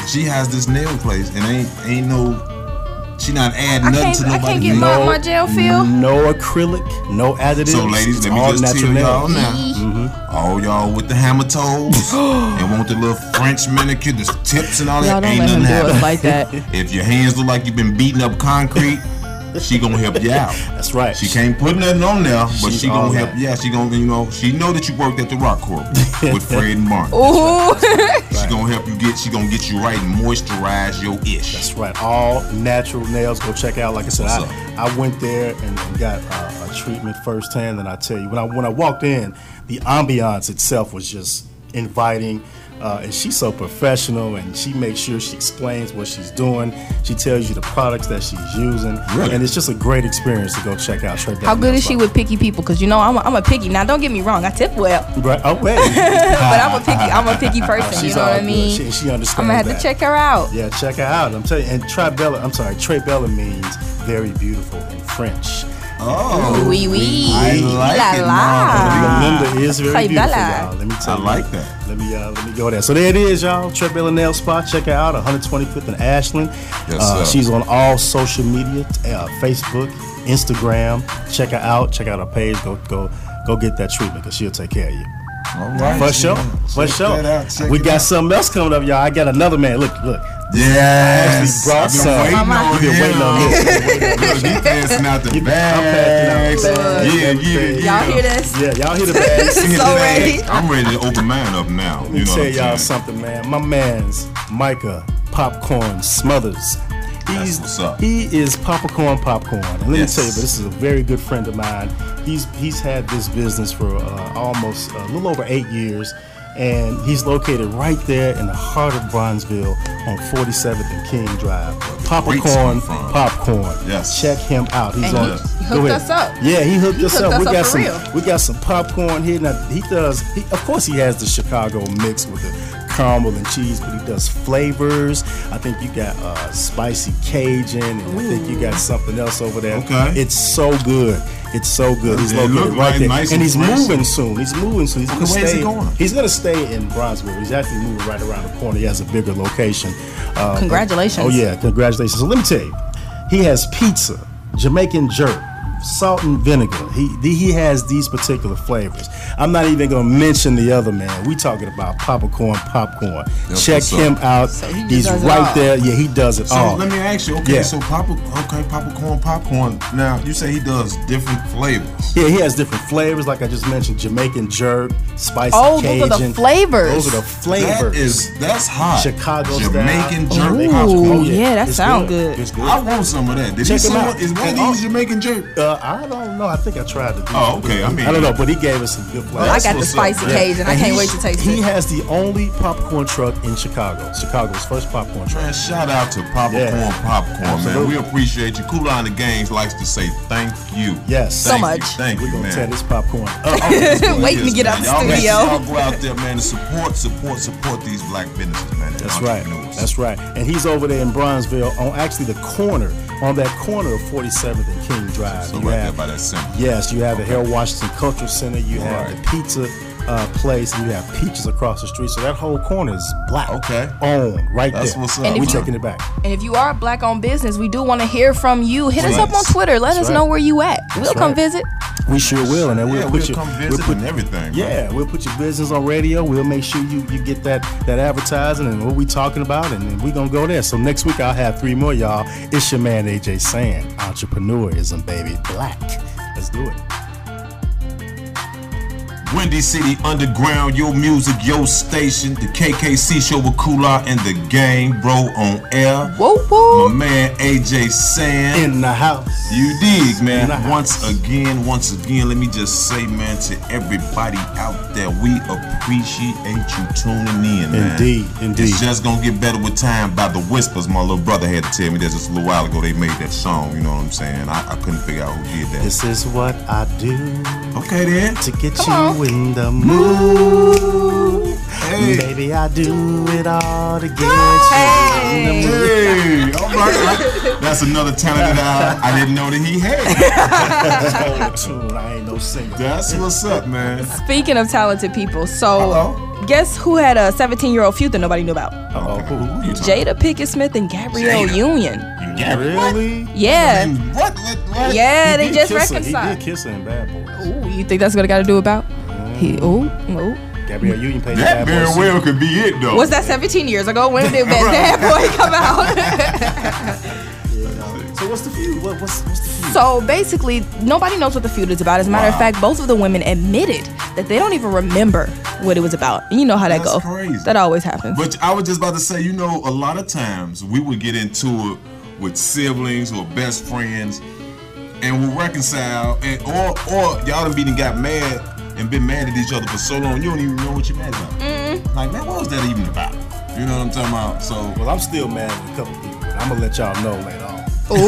[SPEAKER 1] she has this nail place and ain't ain't no, she not adding
[SPEAKER 3] I
[SPEAKER 1] nothing
[SPEAKER 3] can't,
[SPEAKER 1] to
[SPEAKER 3] I can't
[SPEAKER 1] nobody.
[SPEAKER 3] get my, my gel feel.
[SPEAKER 2] no acrylic, no additives.
[SPEAKER 1] so, ladies,
[SPEAKER 2] it's
[SPEAKER 1] let me
[SPEAKER 2] all
[SPEAKER 1] just tell
[SPEAKER 2] natural
[SPEAKER 1] y'all
[SPEAKER 2] nails.
[SPEAKER 1] now,
[SPEAKER 3] Mm-hmm.
[SPEAKER 1] Mm-hmm. all y'all with the
[SPEAKER 3] (gasps)
[SPEAKER 1] hammer toes and want the little French manicure, the tips and all
[SPEAKER 3] Y'all
[SPEAKER 1] that,
[SPEAKER 3] don't
[SPEAKER 1] ain't
[SPEAKER 3] let
[SPEAKER 1] nothing
[SPEAKER 3] him do us
[SPEAKER 1] happening.
[SPEAKER 3] like that.
[SPEAKER 1] (laughs) If your hands look like you've been beating up concrete, she gonna help you out.
[SPEAKER 2] That's right.
[SPEAKER 1] She can't put nothing on there, but
[SPEAKER 2] She's
[SPEAKER 1] she
[SPEAKER 2] all
[SPEAKER 1] gonna help.
[SPEAKER 2] that.
[SPEAKER 1] Yeah, she gonna you know she know that you worked at the Rock (laughs) Corp with Fred and Martin.
[SPEAKER 3] Ooh, (laughs)
[SPEAKER 1] She gonna help you get. She gonna get you right and moisturize your ish.
[SPEAKER 2] That's right. All natural nails. Go check out. Like I said,
[SPEAKER 1] What's
[SPEAKER 2] I, I went there and, and got uh, a treatment firsthand. And I tell you, when I when I walked in, the ambiance itself was just inviting. Uh, and she's so professional, and she makes sure she explains what she's doing. She tells you the products that she's using,
[SPEAKER 1] Really?
[SPEAKER 2] and it's just a great experience to go check out. Trey
[SPEAKER 3] how
[SPEAKER 2] Bell
[SPEAKER 3] good
[SPEAKER 2] Nail
[SPEAKER 3] is she
[SPEAKER 2] Salon.
[SPEAKER 3] with picky people? Because you know I'm a, I'm a picky. Now don't get me wrong, I tip well, (laughs)
[SPEAKER 2] Right. Oh wait.
[SPEAKER 3] but I'm a picky. I'm a picky person. you
[SPEAKER 2] She's
[SPEAKER 3] know
[SPEAKER 2] all
[SPEAKER 3] what I
[SPEAKER 2] good.
[SPEAKER 3] mean?
[SPEAKER 2] She, she understands.
[SPEAKER 3] I'm gonna have
[SPEAKER 2] that.
[SPEAKER 3] to check her out.
[SPEAKER 2] Yeah, check her out. I'm telling you. And Trey Bella, I'm sorry, Trey Bella means very beautiful in French.
[SPEAKER 1] Oh,
[SPEAKER 3] Wee wee,
[SPEAKER 1] I like it, Mom.
[SPEAKER 2] Melinda is very
[SPEAKER 3] Trey
[SPEAKER 2] beautiful,
[SPEAKER 3] Bella.
[SPEAKER 2] y'all. Let me tell
[SPEAKER 1] I
[SPEAKER 2] you.
[SPEAKER 1] like that.
[SPEAKER 2] Let me uh, let me go there. So there it is, y'all. Trey Bella Nail Spa. Check her out, 125th and Ashland.
[SPEAKER 1] Yes, sir.
[SPEAKER 2] uh, She's on all social media, uh, Facebook, Instagram. Check her out. Check out her page. Go go go get that treatment because she'll take care of you.
[SPEAKER 1] All right,
[SPEAKER 2] For sure.
[SPEAKER 1] man.
[SPEAKER 2] For
[SPEAKER 1] Check
[SPEAKER 2] sure.
[SPEAKER 1] that out. Check
[SPEAKER 2] We
[SPEAKER 1] it
[SPEAKER 2] got
[SPEAKER 1] out.
[SPEAKER 2] something else coming up, y'all. I got another man. Look, look.
[SPEAKER 1] Yes,
[SPEAKER 2] Actually brought
[SPEAKER 1] I've been
[SPEAKER 2] some.
[SPEAKER 1] waiting
[SPEAKER 3] Mama.
[SPEAKER 1] on
[SPEAKER 2] We've been waiting on
[SPEAKER 1] him.
[SPEAKER 2] this.
[SPEAKER 1] Look, he passing out
[SPEAKER 2] (laughs)
[SPEAKER 1] the
[SPEAKER 2] packing out
[SPEAKER 1] bags.
[SPEAKER 2] the bags,
[SPEAKER 1] Yeah, yeah,
[SPEAKER 2] everything.
[SPEAKER 1] yeah.
[SPEAKER 3] Y'all hear this?
[SPEAKER 2] Yeah, y'all hear the bags.
[SPEAKER 1] Look at
[SPEAKER 3] So
[SPEAKER 1] that.
[SPEAKER 3] ready.
[SPEAKER 1] I'm ready to open mine up now.
[SPEAKER 2] Let me
[SPEAKER 1] you know
[SPEAKER 2] tell
[SPEAKER 1] what I'm saying?
[SPEAKER 2] y'all something, man. My man's Micah Popcorn Smothers. He's,
[SPEAKER 1] what's up.
[SPEAKER 2] He is popcorn popcorn. And let
[SPEAKER 1] Yes.
[SPEAKER 2] me tell you, but this is a very good friend of mine. He's he's had this business for uh, almost a little over eight years, and he's located right there in the heart of Bronzeville on 47th and King Drive.
[SPEAKER 1] Greats
[SPEAKER 2] Popcorn,
[SPEAKER 1] come from.
[SPEAKER 2] popcorn.
[SPEAKER 1] Yes.
[SPEAKER 2] check him out. He's
[SPEAKER 3] And
[SPEAKER 2] on.
[SPEAKER 3] he
[SPEAKER 2] go
[SPEAKER 3] hooked
[SPEAKER 2] ahead.
[SPEAKER 3] us up.
[SPEAKER 2] Yeah, he hooked
[SPEAKER 3] He
[SPEAKER 2] us
[SPEAKER 3] hooked
[SPEAKER 2] up.
[SPEAKER 3] us
[SPEAKER 2] we
[SPEAKER 3] up
[SPEAKER 2] got
[SPEAKER 3] for
[SPEAKER 2] some.
[SPEAKER 3] real.
[SPEAKER 2] We got some popcorn here. Now he does. He, of course, he has the Chicago mix with the caramel and cheese, but he does flavors. I think you got uh, spicy Cajun, and I think you got something else over there.
[SPEAKER 1] Okay.
[SPEAKER 2] it's so good. It's so good. He's
[SPEAKER 1] It
[SPEAKER 2] located
[SPEAKER 1] look
[SPEAKER 2] right
[SPEAKER 1] like
[SPEAKER 2] there,
[SPEAKER 1] nice
[SPEAKER 2] and
[SPEAKER 1] and
[SPEAKER 2] he's
[SPEAKER 1] fresh.
[SPEAKER 2] moving soon. He's moving soon. He's gonna
[SPEAKER 1] where is
[SPEAKER 2] stay.
[SPEAKER 1] he going?
[SPEAKER 2] He's gonna stay in Bronzeville. He's actually moving right around the corner. He has a bigger location. Uh,
[SPEAKER 3] Congratulations.
[SPEAKER 2] Oh yeah, congratulations. So let me tell you, he has pizza, Jamaican jerk, salt and vinegar. He the- he has these particular flavors. I'm not even gonna mention the other man. We talking about popcorn, popcorn. Check
[SPEAKER 1] what's up.
[SPEAKER 2] him out.
[SPEAKER 3] he just
[SPEAKER 2] He's
[SPEAKER 3] does it
[SPEAKER 2] right
[SPEAKER 3] all.
[SPEAKER 2] there. Yeah, he does it
[SPEAKER 1] So
[SPEAKER 2] all.
[SPEAKER 1] let me ask you. Okay,
[SPEAKER 2] Yeah.
[SPEAKER 1] so Papa, okay, popcorn, popcorn. Now you say he does different flavors.
[SPEAKER 2] yeah, he has different flavors, like I just mentioned: Jamaican jerk, spicy
[SPEAKER 3] Oh, those
[SPEAKER 2] Cajun.
[SPEAKER 3] are the flavors.
[SPEAKER 2] Those are the
[SPEAKER 1] That
[SPEAKER 2] flavors.
[SPEAKER 1] is that's hot.
[SPEAKER 2] Chicago
[SPEAKER 1] Jamaican
[SPEAKER 2] style.
[SPEAKER 1] jerk
[SPEAKER 3] Ooh.
[SPEAKER 1] popcorn.
[SPEAKER 2] Oh,
[SPEAKER 3] yeah, that
[SPEAKER 2] It's
[SPEAKER 3] sound good.
[SPEAKER 2] It's
[SPEAKER 1] I want some of that. Did he
[SPEAKER 2] Check him
[SPEAKER 1] sell
[SPEAKER 2] out.
[SPEAKER 1] it? Is one of
[SPEAKER 2] And
[SPEAKER 1] these Jamaican jerk?
[SPEAKER 2] Uh, I don't know. I think I tried to. Do
[SPEAKER 1] Oh, okay. I mean-
[SPEAKER 2] I don't know, but he gave us some good flavors.
[SPEAKER 3] I
[SPEAKER 1] That's
[SPEAKER 3] got the
[SPEAKER 1] what's up,
[SPEAKER 3] spicy
[SPEAKER 1] man.
[SPEAKER 3] Cajun. I
[SPEAKER 2] And
[SPEAKER 3] can't
[SPEAKER 2] he's-
[SPEAKER 3] wait to taste
[SPEAKER 2] He
[SPEAKER 3] it.
[SPEAKER 2] has the only popcorn truck in Chicago. Chicago's first popcorn truck.
[SPEAKER 1] Man, shout out to Popcorn
[SPEAKER 2] Yeah.
[SPEAKER 1] Popcorn,
[SPEAKER 2] Absolutely.
[SPEAKER 1] man. We appreciate you. Cool Line the Gangs likes to say thank you. Thank
[SPEAKER 2] Yes. So
[SPEAKER 1] you,
[SPEAKER 3] much.
[SPEAKER 1] Thank
[SPEAKER 2] We're
[SPEAKER 1] you,
[SPEAKER 2] gonna
[SPEAKER 1] man. Uh,
[SPEAKER 2] tear this popcorn. up.
[SPEAKER 3] Wait to get out
[SPEAKER 1] man.
[SPEAKER 3] the
[SPEAKER 1] y'all make sure
[SPEAKER 3] studio.
[SPEAKER 1] Y'all go out there, man, and support, support, support these black businesses, man. and
[SPEAKER 2] That's right.
[SPEAKER 1] entrepreneurs.
[SPEAKER 2] That's right. And he's over there in Bronzeville on actually the corner, on that corner of 47th and King Drive.
[SPEAKER 1] So
[SPEAKER 2] You
[SPEAKER 1] right there
[SPEAKER 2] have-
[SPEAKER 1] by that symbol.
[SPEAKER 2] Yes, you have the Harold Washington Cultural Center, you have
[SPEAKER 1] Right.
[SPEAKER 2] the pizza uh, place, and you have peaches across the street. So that whole corner is black.
[SPEAKER 1] Okay.
[SPEAKER 2] Owned right
[SPEAKER 1] That's
[SPEAKER 2] there.
[SPEAKER 1] what's up,
[SPEAKER 2] And we
[SPEAKER 1] man.
[SPEAKER 2] taking it back.
[SPEAKER 3] And if you are black owned business, we do want to hear from you. Hit us up
[SPEAKER 1] Please.
[SPEAKER 3] on Twitter. Let
[SPEAKER 2] That's
[SPEAKER 3] us know
[SPEAKER 2] right.
[SPEAKER 3] where you at. we'll come
[SPEAKER 2] right.
[SPEAKER 3] visit.
[SPEAKER 2] We sure will, and then we'll
[SPEAKER 1] yeah,
[SPEAKER 2] put
[SPEAKER 1] we'll
[SPEAKER 2] your
[SPEAKER 1] come
[SPEAKER 2] we'll
[SPEAKER 1] visit
[SPEAKER 2] put-
[SPEAKER 1] and everything. man.
[SPEAKER 2] Yeah, we'll put your business on radio. We'll make sure you, you get that that advertising and what we talking about, and then we gonna go there. So next week I'll have three more, y'all. It's your man AJ saying entrepreneurism, baby, black. Let's do it.
[SPEAKER 1] Windy City Underground, your music, your station, the KKC show with Kula and the Gang, bro, on air.
[SPEAKER 3] Whoa, whoa.
[SPEAKER 1] My man AJ Sand.
[SPEAKER 2] In the house.
[SPEAKER 1] You dig,
[SPEAKER 2] In the
[SPEAKER 1] man. Once again, once again, let me just say, man, to everybody out there, we appreciate you tuning in, man.
[SPEAKER 2] Indeed, indeed.
[SPEAKER 1] It's just gonna get better with time by the whispers. My little brother had to tell me that just a little while ago they made that song, you know what I'm saying? I, I couldn't figure out who did that.
[SPEAKER 2] This is what I do
[SPEAKER 1] okay then.
[SPEAKER 2] to get
[SPEAKER 3] Come
[SPEAKER 2] you in the mood.
[SPEAKER 1] Hey.
[SPEAKER 2] Baby, I do it all to get you in the mood.
[SPEAKER 1] Hey, all right. That's another talent that I, I didn't know that he had.
[SPEAKER 2] Hold the tune. I ain't no singer.
[SPEAKER 1] That's what's up, man.
[SPEAKER 3] Speaking of talented people, so
[SPEAKER 1] Uh-oh.
[SPEAKER 3] guess who had a 17 year old feud that nobody knew about?
[SPEAKER 2] Uh-oh,
[SPEAKER 1] Okay,
[SPEAKER 2] who-
[SPEAKER 1] who you talking
[SPEAKER 3] Jada Pickett Smith and Gabrielle
[SPEAKER 1] Jada.
[SPEAKER 3] Union.
[SPEAKER 1] about? Gary.
[SPEAKER 2] Really?
[SPEAKER 3] Yeah.
[SPEAKER 1] And What? What? what?
[SPEAKER 3] Yeah,
[SPEAKER 2] He
[SPEAKER 3] they
[SPEAKER 2] did
[SPEAKER 3] just
[SPEAKER 2] kiss her. He
[SPEAKER 3] reconciled.
[SPEAKER 2] did kiss her in Bad Boys.
[SPEAKER 3] Ooh, you think that's what it got to do about? He, ooh, ooh.
[SPEAKER 2] Gabrielle Union played
[SPEAKER 1] That
[SPEAKER 2] in Bad
[SPEAKER 1] very
[SPEAKER 2] Boys.
[SPEAKER 1] well could be it, though.
[SPEAKER 3] Was that 17 years ago? When did
[SPEAKER 2] (laughs)
[SPEAKER 3] Bad Boy come out?
[SPEAKER 2] So what's the feud? What, what's, what's the feud?
[SPEAKER 3] so basically, nobody knows what the feud is about. As a matter of
[SPEAKER 1] Wow.
[SPEAKER 3] fact, both of the women admitted that they don't even remember what it was about. You know how that
[SPEAKER 1] That's
[SPEAKER 3] goes.
[SPEAKER 1] crazy.
[SPEAKER 3] That always happens.
[SPEAKER 1] But I was just about to say, you know, a lot of times we would get into it with siblings or best friends, and we'll reconcile, and or or y'all done been and got mad and been mad at each other for so long, you don't even know what you're mad about. Like, man, what was that even about? You know what I'm talking about?
[SPEAKER 3] (laughs)
[SPEAKER 1] So
[SPEAKER 2] well, I'm still mad at a couple people, but I'm gonna let y'all know later on.
[SPEAKER 1] (laughs)
[SPEAKER 3] Ooh. (laughs)
[SPEAKER 1] well,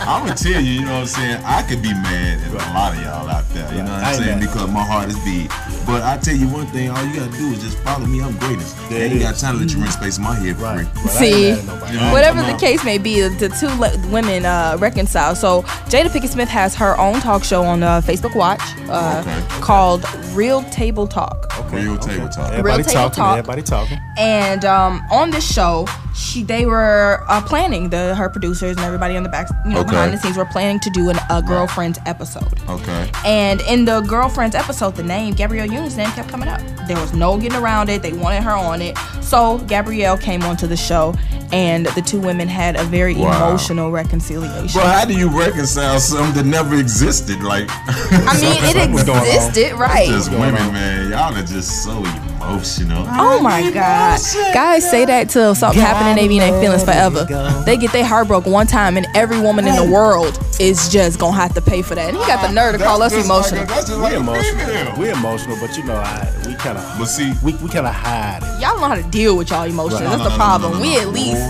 [SPEAKER 1] I'm gonna tell you, you know what I'm saying. I could be mad at a lot of y'all out there, you know what
[SPEAKER 2] I
[SPEAKER 1] I'm
[SPEAKER 2] ain't
[SPEAKER 1] saying,
[SPEAKER 2] mad.
[SPEAKER 1] because my heart is big. But I tell you one thing, all you gotta do is just follow me. I'm greatest.
[SPEAKER 2] There
[SPEAKER 1] There
[SPEAKER 2] it
[SPEAKER 1] ain't got
[SPEAKER 2] is.
[SPEAKER 1] time to let you rent space in my head for
[SPEAKER 2] Right.
[SPEAKER 1] free.
[SPEAKER 2] But
[SPEAKER 3] See.
[SPEAKER 2] I ain't mad
[SPEAKER 1] You
[SPEAKER 2] at nobody.
[SPEAKER 1] know what I'm
[SPEAKER 3] Whatever the
[SPEAKER 1] talking
[SPEAKER 3] case may be, the two le- women uh, reconcile. So Jada Pickett Smith has her own talk show on uh, Facebook Watch uh,
[SPEAKER 1] Okay.
[SPEAKER 3] called Real Table Talk.
[SPEAKER 1] about? Real table talk.
[SPEAKER 2] Everybody
[SPEAKER 3] table
[SPEAKER 2] talking.
[SPEAKER 3] talk.
[SPEAKER 2] Everybody talking.
[SPEAKER 3] And um, on this show, she they were uh, planning the her producers and everybody on the back, you know,
[SPEAKER 1] Okay.
[SPEAKER 3] behind the scenes were planning to do an, a girlfriends episode.
[SPEAKER 1] Okay.
[SPEAKER 3] And in the girlfriends episode, the name Gabrielle Union's name kept coming up. There was no getting around it. They wanted her on it. So Gabrielle came onto the show, and the two women had a very
[SPEAKER 1] Wow.
[SPEAKER 3] emotional reconciliation.
[SPEAKER 1] Bro, how do you reconcile something that never existed? Like,
[SPEAKER 3] I mean, it
[SPEAKER 2] Something's going on.
[SPEAKER 3] existed, right?
[SPEAKER 1] just women, man. Y'all are just so emotional.
[SPEAKER 3] Oh my God. Guys say that till something happen and they be in their feelings forever. They get their heart broke one time and every woman in the world is just gonna have to pay for that. And he got the nerve to call us emotional.
[SPEAKER 1] that's just
[SPEAKER 2] We
[SPEAKER 1] like
[SPEAKER 2] emotional. We emotional, but you know, I, we kind of
[SPEAKER 1] But see-
[SPEAKER 2] we, we kind of hide it.
[SPEAKER 3] Y'all know how to deal with y'all emotions.
[SPEAKER 2] Right.
[SPEAKER 3] That's the problem. We at least.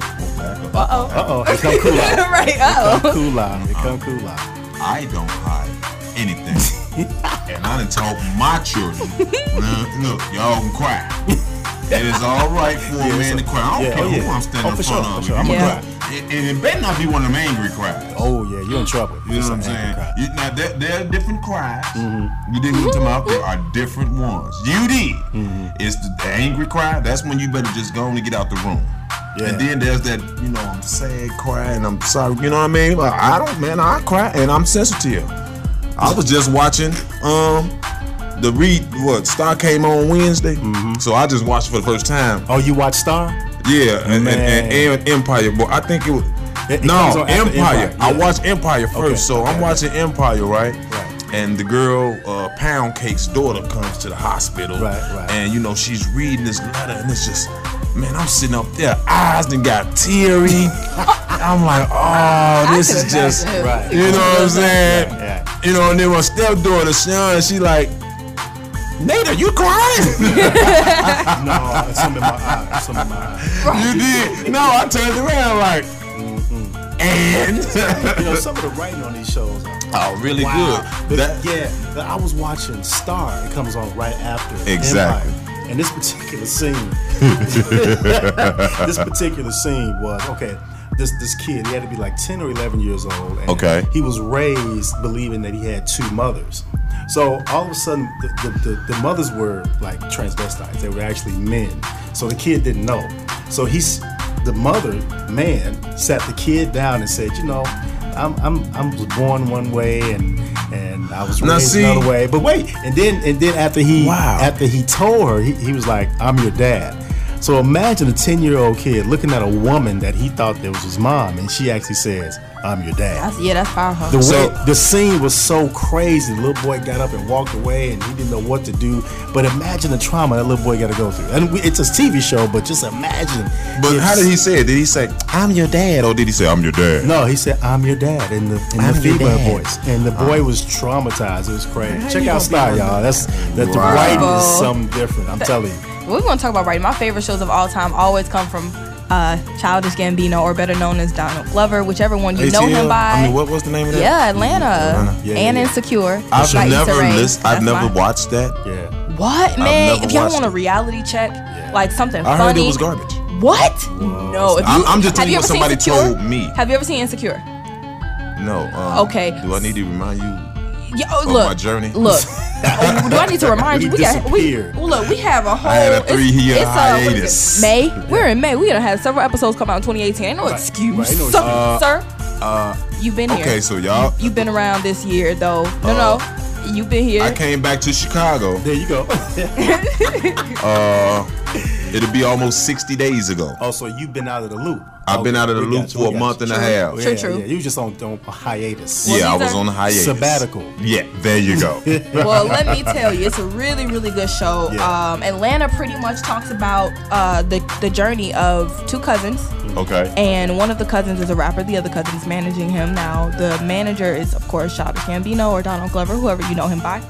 [SPEAKER 1] Uh
[SPEAKER 2] Uh oh, it come
[SPEAKER 3] (laughs)
[SPEAKER 2] cool out.
[SPEAKER 3] right. Oh.
[SPEAKER 2] Cool out. It come cool out.
[SPEAKER 1] I don't hide anything. and I done told my children, look, look, y'all can cry. It is all right for a man to cry. I don't
[SPEAKER 2] yeah,
[SPEAKER 1] care
[SPEAKER 2] oh,
[SPEAKER 1] who
[SPEAKER 2] yeah.
[SPEAKER 1] I'm standing
[SPEAKER 2] Oh,
[SPEAKER 1] in
[SPEAKER 2] for
[SPEAKER 1] front
[SPEAKER 2] sure,
[SPEAKER 1] of.
[SPEAKER 2] for sure. I'ma
[SPEAKER 3] Yeah.
[SPEAKER 1] cry. And- And it better not be one of them angry cries.
[SPEAKER 2] Oh yeah, you in trouble.
[SPEAKER 1] You know what I'm saying? You, now there, there are different cries. You dig what I'm talking about? There are different ones. You did. It's the, the angry cry. That's when you better just go on and get out the room.
[SPEAKER 2] Yeah.
[SPEAKER 1] And then there's that, you know, I'm sad cry and I'm sorry. You know what I mean? Like, I don't, man. I cry and I'm sensitive. I was just watching um the read what Star came on Wednesday, so I just watched it for the first time.
[SPEAKER 2] Oh, you watch Star?
[SPEAKER 1] Yeah, and, and,
[SPEAKER 2] Man.
[SPEAKER 1] and, and Empire, but I think it was
[SPEAKER 2] It- it comes
[SPEAKER 1] no
[SPEAKER 2] on after
[SPEAKER 1] Empire.
[SPEAKER 2] Empire,
[SPEAKER 1] I
[SPEAKER 2] yeah.
[SPEAKER 1] watched Empire first,
[SPEAKER 2] Okay,
[SPEAKER 1] so I'm
[SPEAKER 2] okay.
[SPEAKER 1] watching Empire, right?
[SPEAKER 2] Right.
[SPEAKER 1] And the girl, uh, Pound Cake's daughter, comes to the hospital,
[SPEAKER 2] Right, right.
[SPEAKER 1] and you know she's reading this letter, and it's just, man, I'm sitting up there, eyes done got teary. (laughs) I'm like, oh, this
[SPEAKER 3] could
[SPEAKER 1] is just,
[SPEAKER 3] imagine.
[SPEAKER 2] Right.
[SPEAKER 1] you know what I'm saying?
[SPEAKER 2] Yeah, yeah.
[SPEAKER 1] You know, and then my stepdaughter, Sean, she like, Nada, you crying?
[SPEAKER 2] (laughs) No, it's something in my eye. It's something in (laughs) my eye.
[SPEAKER 1] You did. No, I turned around like, and
[SPEAKER 2] You know, some of the writing on these shows. Are
[SPEAKER 1] (laughs) oh, really
[SPEAKER 2] The-
[SPEAKER 1] good. That,
[SPEAKER 2] yeah, the- I was watching Star. It comes on right after
[SPEAKER 1] Exactly.
[SPEAKER 2] Empire. And this particular scene,
[SPEAKER 1] (laughs)
[SPEAKER 2] this particular scene was okay. This this kid, he had to be like ten or eleven years old. And
[SPEAKER 1] Okay.
[SPEAKER 2] He was raised believing that he had two mothers. So all of a sudden, the, the, the, the mothers were like transvestites. They were actually men. So the kid didn't know. So he's the mother man sat the kid down and said, you know, I'm I'm I'm was born one way and and I was
[SPEAKER 1] Now
[SPEAKER 2] raised
[SPEAKER 1] see-
[SPEAKER 2] another way. But wait, and then and then after he
[SPEAKER 1] Wow.
[SPEAKER 2] after he told her, he, he was like, I'm your dad. So imagine a 10 year old kid looking at a woman that he thought that was his mom, and she actually says, I'm your dad.
[SPEAKER 3] That's, yeah, that's powerful.
[SPEAKER 2] The way
[SPEAKER 1] So-
[SPEAKER 2] the scene was so crazy. The little boy got up and walked away, and he didn't know what to do. But imagine the trauma that little boy got to go through. And we, it's a TV show, but just imagine.
[SPEAKER 1] But
[SPEAKER 2] if-
[SPEAKER 1] how did he say it? Did he say, I'm your dad? Or did he say, I'm your dad?
[SPEAKER 2] No, he said, "I'm your dad" in the in
[SPEAKER 1] I'm
[SPEAKER 2] the
[SPEAKER 1] your
[SPEAKER 2] female
[SPEAKER 1] dad.
[SPEAKER 2] voice, and the boy was traumatized. It was crazy. Check out Star, y'all. That's that the
[SPEAKER 1] Wow.
[SPEAKER 2] writing is
[SPEAKER 3] Wow.
[SPEAKER 2] something different. I'm telling you.
[SPEAKER 3] We're going to talk about writing. My favorite shows of all time always come from uh, Childish Gambino, or better known as Donald Glover, whichever one you know him by.
[SPEAKER 1] I mean, what was the name of that?
[SPEAKER 3] yeah, Atlanta,
[SPEAKER 2] Yeah,
[SPEAKER 3] and
[SPEAKER 2] yeah, yeah.
[SPEAKER 3] Insecure.
[SPEAKER 1] I've
[SPEAKER 3] Like
[SPEAKER 1] never
[SPEAKER 3] Issa Rae.
[SPEAKER 1] list, I've
[SPEAKER 3] That's
[SPEAKER 1] never
[SPEAKER 3] my-
[SPEAKER 1] watched that.
[SPEAKER 2] Yeah.
[SPEAKER 3] What man?
[SPEAKER 1] never
[SPEAKER 3] If y'all
[SPEAKER 1] watched
[SPEAKER 3] want a
[SPEAKER 1] it.
[SPEAKER 3] reality check, like something
[SPEAKER 1] I heard
[SPEAKER 3] funny,
[SPEAKER 1] it was garbage.
[SPEAKER 3] What? No. If you,
[SPEAKER 1] I'm- I'm
[SPEAKER 3] have
[SPEAKER 1] just telling you
[SPEAKER 3] ever
[SPEAKER 1] what
[SPEAKER 3] seen
[SPEAKER 1] somebody
[SPEAKER 3] Insecure?
[SPEAKER 1] told me.
[SPEAKER 3] Have you ever seen Insecure?
[SPEAKER 1] No. Um,
[SPEAKER 3] Okay.
[SPEAKER 1] Do I need to remind you?
[SPEAKER 3] Yeah, oh,
[SPEAKER 1] Oh,
[SPEAKER 3] look,
[SPEAKER 1] my journey. (laughs)
[SPEAKER 3] Look, Oh, do I need to remind you?
[SPEAKER 2] We
[SPEAKER 3] We got we
[SPEAKER 2] disappeared.
[SPEAKER 3] well, look. We have a whole.
[SPEAKER 1] had a
[SPEAKER 3] it's-
[SPEAKER 1] three-year
[SPEAKER 3] it's, uh, what is it,
[SPEAKER 1] hiatus.
[SPEAKER 3] May. We're in May. We done had several episodes come out in 2018. Ain't no excuse,
[SPEAKER 2] right, ain't no
[SPEAKER 3] sir. sir. You've been here.
[SPEAKER 1] Uh, Okay, so y'all,
[SPEAKER 3] You've been around this year, though. No, no. You've been here.
[SPEAKER 1] I came back to Chicago.
[SPEAKER 2] There you go. (laughs)
[SPEAKER 1] It'll be almost 60 days ago.
[SPEAKER 2] also, you've been out of the loop.
[SPEAKER 1] I've been out of the
[SPEAKER 2] Oh, we
[SPEAKER 1] loop
[SPEAKER 2] got you,
[SPEAKER 1] for a
[SPEAKER 2] we got
[SPEAKER 1] month
[SPEAKER 2] you.
[SPEAKER 1] and a half.
[SPEAKER 3] True,
[SPEAKER 2] yeah,
[SPEAKER 3] true.
[SPEAKER 2] Yeah, you was just on, on hiatus.
[SPEAKER 3] Well,
[SPEAKER 1] Yeah, I
[SPEAKER 3] these
[SPEAKER 1] was
[SPEAKER 3] are-
[SPEAKER 1] on hiatus.
[SPEAKER 2] Sabbatical.
[SPEAKER 1] Yeah, there you go.
[SPEAKER 3] well, let me tell you, it's a really, really good show.
[SPEAKER 2] Yeah.
[SPEAKER 3] Um, Atlanta pretty much talks about uh, the the journey of two cousins.
[SPEAKER 1] okay.
[SPEAKER 3] and one of the cousins is a rapper. The other cousin is managing him now. The manager is, of course, Childish Gambino or Donald Glover, whoever you know him by.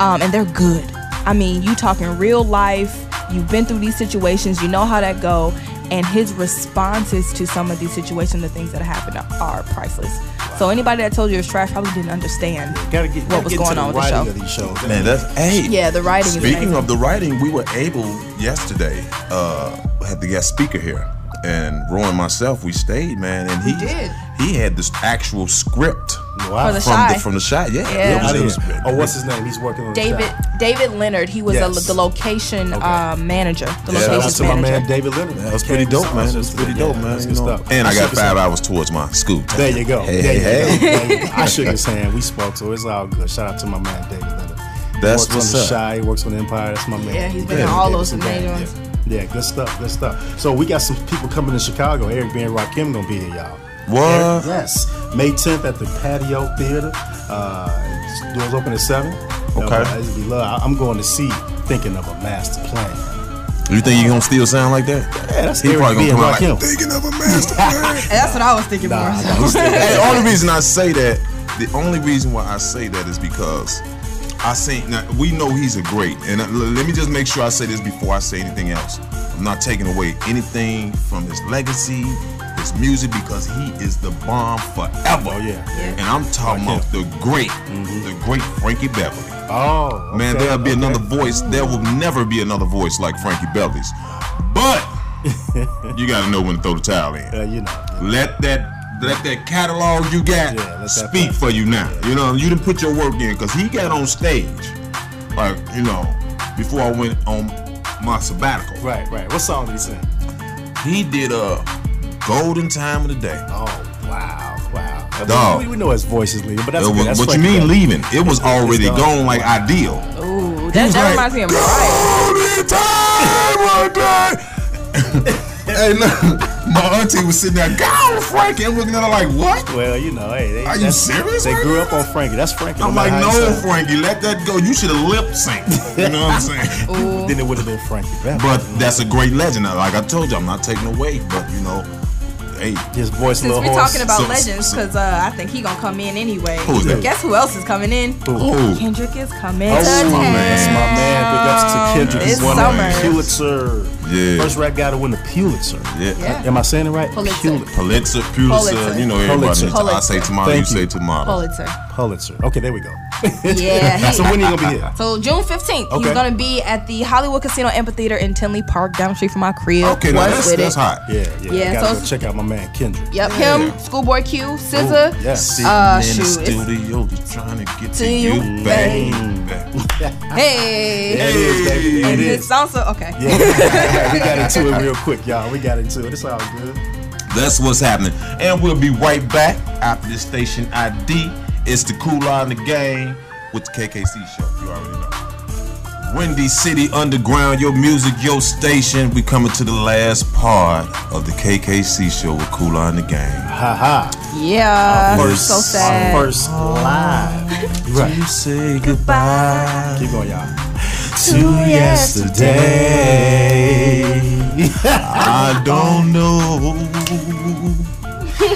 [SPEAKER 3] Um, and they're good. I mean, you talking real life. You've been through these situations. You know how that go. And his responses to some of these situations, the things that happened, are priceless. So anybody that told you it's trash probably didn't understand.
[SPEAKER 2] Gotta get, gotta
[SPEAKER 3] was
[SPEAKER 2] get
[SPEAKER 3] going
[SPEAKER 2] to
[SPEAKER 3] on
[SPEAKER 2] the
[SPEAKER 3] with the
[SPEAKER 2] writing
[SPEAKER 3] show?
[SPEAKER 2] Of these shows.
[SPEAKER 1] Man, that's hey.
[SPEAKER 3] Yeah, the writing is
[SPEAKER 1] Speaking
[SPEAKER 3] amazing.
[SPEAKER 1] of the writing, we were able yesterday. Uh, had the guest speaker here, and Roy and myself, we stayed, man, and he
[SPEAKER 3] did.
[SPEAKER 1] he had this actual script
[SPEAKER 2] wow.
[SPEAKER 3] for the
[SPEAKER 1] from
[SPEAKER 3] Shy.
[SPEAKER 1] the from the shot. Yeah,
[SPEAKER 3] Yeah.
[SPEAKER 1] It
[SPEAKER 2] I
[SPEAKER 1] was- it
[SPEAKER 2] didn't-
[SPEAKER 1] was-
[SPEAKER 2] oh, what's his name? He's working on the
[SPEAKER 3] David
[SPEAKER 2] shop.
[SPEAKER 3] David Leonard, he was the-
[SPEAKER 2] Yes.
[SPEAKER 3] the, location uh, manager. The
[SPEAKER 1] Yeah,
[SPEAKER 2] Shout out
[SPEAKER 3] locations
[SPEAKER 2] to my
[SPEAKER 3] manager.
[SPEAKER 2] man David Leonard.
[SPEAKER 1] that was pretty
[SPEAKER 2] Came
[SPEAKER 1] dope,
[SPEAKER 2] to
[SPEAKER 1] man.
[SPEAKER 2] us
[SPEAKER 1] It was pretty
[SPEAKER 2] yesterday.
[SPEAKER 1] dope,
[SPEAKER 2] Yeah,
[SPEAKER 1] man.
[SPEAKER 2] that's
[SPEAKER 1] you
[SPEAKER 2] good
[SPEAKER 1] know.
[SPEAKER 2] stuff.
[SPEAKER 1] And I got
[SPEAKER 2] shook his
[SPEAKER 1] five
[SPEAKER 2] hand.
[SPEAKER 1] hours towards my school. time.
[SPEAKER 2] There you go.
[SPEAKER 1] Hey,
[SPEAKER 2] there you
[SPEAKER 1] hey,
[SPEAKER 2] go. There you go. I shook his hand. We spoke, so it's all good. Shout out to my man David Leonard. He
[SPEAKER 1] That's
[SPEAKER 2] works
[SPEAKER 1] what's
[SPEAKER 2] on the
[SPEAKER 1] up.
[SPEAKER 2] Shy. He works on Empire. That's my man.
[SPEAKER 3] Yeah, he's been
[SPEAKER 1] Yeah.
[SPEAKER 3] in all
[SPEAKER 2] David
[SPEAKER 3] those
[SPEAKER 2] Leonard.
[SPEAKER 3] major ones.
[SPEAKER 2] Yeah. yeah, good stuff. Good stuff. So we got some people coming to Chicago. Eric B and Rakim gonna be here, y'all.
[SPEAKER 1] What?
[SPEAKER 2] Eric- yes, May 10th at the Patio Theater. Uh, doors open at seven.
[SPEAKER 1] Okay.
[SPEAKER 2] Uh, it'll be love. I- I'm going to see thinking of a master plan.
[SPEAKER 1] You think you gonna still sound like that?
[SPEAKER 2] Yeah, that's
[SPEAKER 1] He
[SPEAKER 2] Eric
[SPEAKER 1] probably
[SPEAKER 2] B.
[SPEAKER 1] gonna
[SPEAKER 2] and
[SPEAKER 1] come out
[SPEAKER 2] Rakim.
[SPEAKER 1] like thinking of a
[SPEAKER 2] (laughs)
[SPEAKER 1] master plan.
[SPEAKER 3] That's what I was thinking
[SPEAKER 2] Nah,
[SPEAKER 3] more. so.
[SPEAKER 1] the only reason I say that, the only reason why I say that is because I say now we know he's a great, and uh, l- let me just make sure I say this before I say anything else. I'm not taking away anything from his legacy, his music, because he is the bomb forever.
[SPEAKER 2] Oh, yeah.
[SPEAKER 1] and I'm talking
[SPEAKER 2] Rakim.
[SPEAKER 1] about the great, the great Frankie Beverly.
[SPEAKER 2] Oh, okay,
[SPEAKER 1] Man, there'll be
[SPEAKER 2] okay.
[SPEAKER 1] another voice. There will never be another voice like Frankie Beverly's. But
[SPEAKER 2] (laughs)
[SPEAKER 1] you gotta know when to throw the towel in.
[SPEAKER 2] Uh, you know,
[SPEAKER 1] Let that let that catalog you got
[SPEAKER 2] Yeah, let that
[SPEAKER 1] speak
[SPEAKER 2] play.
[SPEAKER 1] for you now. You know, you didn't put your work in because he got on stage, like you know, before I went on my sabbatical.
[SPEAKER 2] right, right. What song did he sing?
[SPEAKER 1] He did a golden time of the day.
[SPEAKER 2] Oh, wow, wow. I mean,
[SPEAKER 1] Dog.
[SPEAKER 2] We, we know his voice is leading, but that's
[SPEAKER 1] It
[SPEAKER 2] good.
[SPEAKER 1] was,
[SPEAKER 2] That's
[SPEAKER 1] what you
[SPEAKER 2] Frankie
[SPEAKER 1] mean
[SPEAKER 2] Beverly.
[SPEAKER 1] leaving? It was already
[SPEAKER 2] done.
[SPEAKER 1] gone like ideal.
[SPEAKER 3] Ooh, that, that reminds
[SPEAKER 1] like,
[SPEAKER 3] me of Mariah.
[SPEAKER 1] Golden time of the day. (laughs) hey, look, my auntie was sitting there, God, Frankie, and looking at her like, what?
[SPEAKER 2] Well, you know, hey, they,
[SPEAKER 1] Are you
[SPEAKER 2] that's-
[SPEAKER 1] serious
[SPEAKER 2] They
[SPEAKER 1] right
[SPEAKER 2] grew
[SPEAKER 1] now?
[SPEAKER 2] up on Frankie. That's Frankie.
[SPEAKER 1] I'm like,
[SPEAKER 2] matter
[SPEAKER 1] no,
[SPEAKER 2] how you say it.
[SPEAKER 1] Frankie, let that go. You should have lip synced. You know what I'm saying?
[SPEAKER 2] (laughs) Then it would have been Frankie Beverly.
[SPEAKER 1] But that's a great legend. Now, Like I told you, I'm not taking away, but you know, hey,
[SPEAKER 2] his voice,
[SPEAKER 3] Since
[SPEAKER 2] little
[SPEAKER 3] we're
[SPEAKER 2] horse.
[SPEAKER 3] talking about
[SPEAKER 1] so-
[SPEAKER 3] legends, because uh, I think he gonna come in anyway.
[SPEAKER 1] Who's that?
[SPEAKER 3] Guess who else is coming in?
[SPEAKER 1] oh,
[SPEAKER 3] Kendrick is coming
[SPEAKER 2] Oh,
[SPEAKER 3] to
[SPEAKER 2] that's my
[SPEAKER 3] town.
[SPEAKER 2] man. That's my man. Big ups to Kendrick.
[SPEAKER 3] It's
[SPEAKER 2] He's won
[SPEAKER 3] summer.
[SPEAKER 2] the Pulitzer.
[SPEAKER 1] Yeah.
[SPEAKER 2] First rap guy to win the Pulitzer.
[SPEAKER 3] Yeah.
[SPEAKER 1] yeah.
[SPEAKER 2] Am I saying it right?
[SPEAKER 3] Pulitzer.
[SPEAKER 2] Puli-
[SPEAKER 1] Pulitzer,
[SPEAKER 3] Pulitzer.
[SPEAKER 1] Pulitzer, you know everybody.
[SPEAKER 2] Pulitzer.
[SPEAKER 1] needs to- I say tomorrow,
[SPEAKER 2] Thank
[SPEAKER 1] you say
[SPEAKER 2] you.
[SPEAKER 1] tomorrow.
[SPEAKER 3] Pulitzer.
[SPEAKER 2] Pulitzer. Okay, there we go.
[SPEAKER 3] Yeah. he-
[SPEAKER 2] (laughs) so when are you gonna be here?
[SPEAKER 3] So June fifteenth,
[SPEAKER 2] Okay.
[SPEAKER 3] he's gonna be at the Hollywood Casino Amphitheater in Tinley Park, down the street from my crib.
[SPEAKER 1] Okay, now
[SPEAKER 3] Was
[SPEAKER 1] that's,
[SPEAKER 3] with
[SPEAKER 1] that's
[SPEAKER 3] it.
[SPEAKER 1] hot.
[SPEAKER 2] Yeah,
[SPEAKER 3] (laughs)
[SPEAKER 2] yeah.
[SPEAKER 3] Yeah,
[SPEAKER 2] Gotta
[SPEAKER 3] so
[SPEAKER 2] go
[SPEAKER 3] it's-
[SPEAKER 2] check out my man Kendrick.
[SPEAKER 3] Yep, him, Schoolboy Q,
[SPEAKER 2] Ooh,
[SPEAKER 3] SZA.
[SPEAKER 2] Yes.
[SPEAKER 3] Uh,
[SPEAKER 1] Sitting
[SPEAKER 3] shoot, it's-
[SPEAKER 1] in the studio, just trying to get to,
[SPEAKER 3] To you,
[SPEAKER 1] you, baby.
[SPEAKER 3] Hey.
[SPEAKER 2] It is, baby. It
[SPEAKER 3] And it
[SPEAKER 2] is.
[SPEAKER 3] sounds so okay.
[SPEAKER 2] Yeah. (laughs) we got into it real quick, y'all. We got into it. It's all good.
[SPEAKER 1] That's what's happening. And we'll be right back after this station ID. It's the cool on the game with the KKC show. You already know. Windy City Underground, your music, your station. We coming to the last part of the KKC show with Cool on the Game.
[SPEAKER 2] Ha ha.
[SPEAKER 3] Yeah.
[SPEAKER 1] Our
[SPEAKER 3] so
[SPEAKER 1] first-
[SPEAKER 3] sad.
[SPEAKER 2] First
[SPEAKER 3] (laughs)
[SPEAKER 2] live. Right.
[SPEAKER 1] You say goodbye
[SPEAKER 2] Keep going, y'all.
[SPEAKER 1] to yesterday. I don't know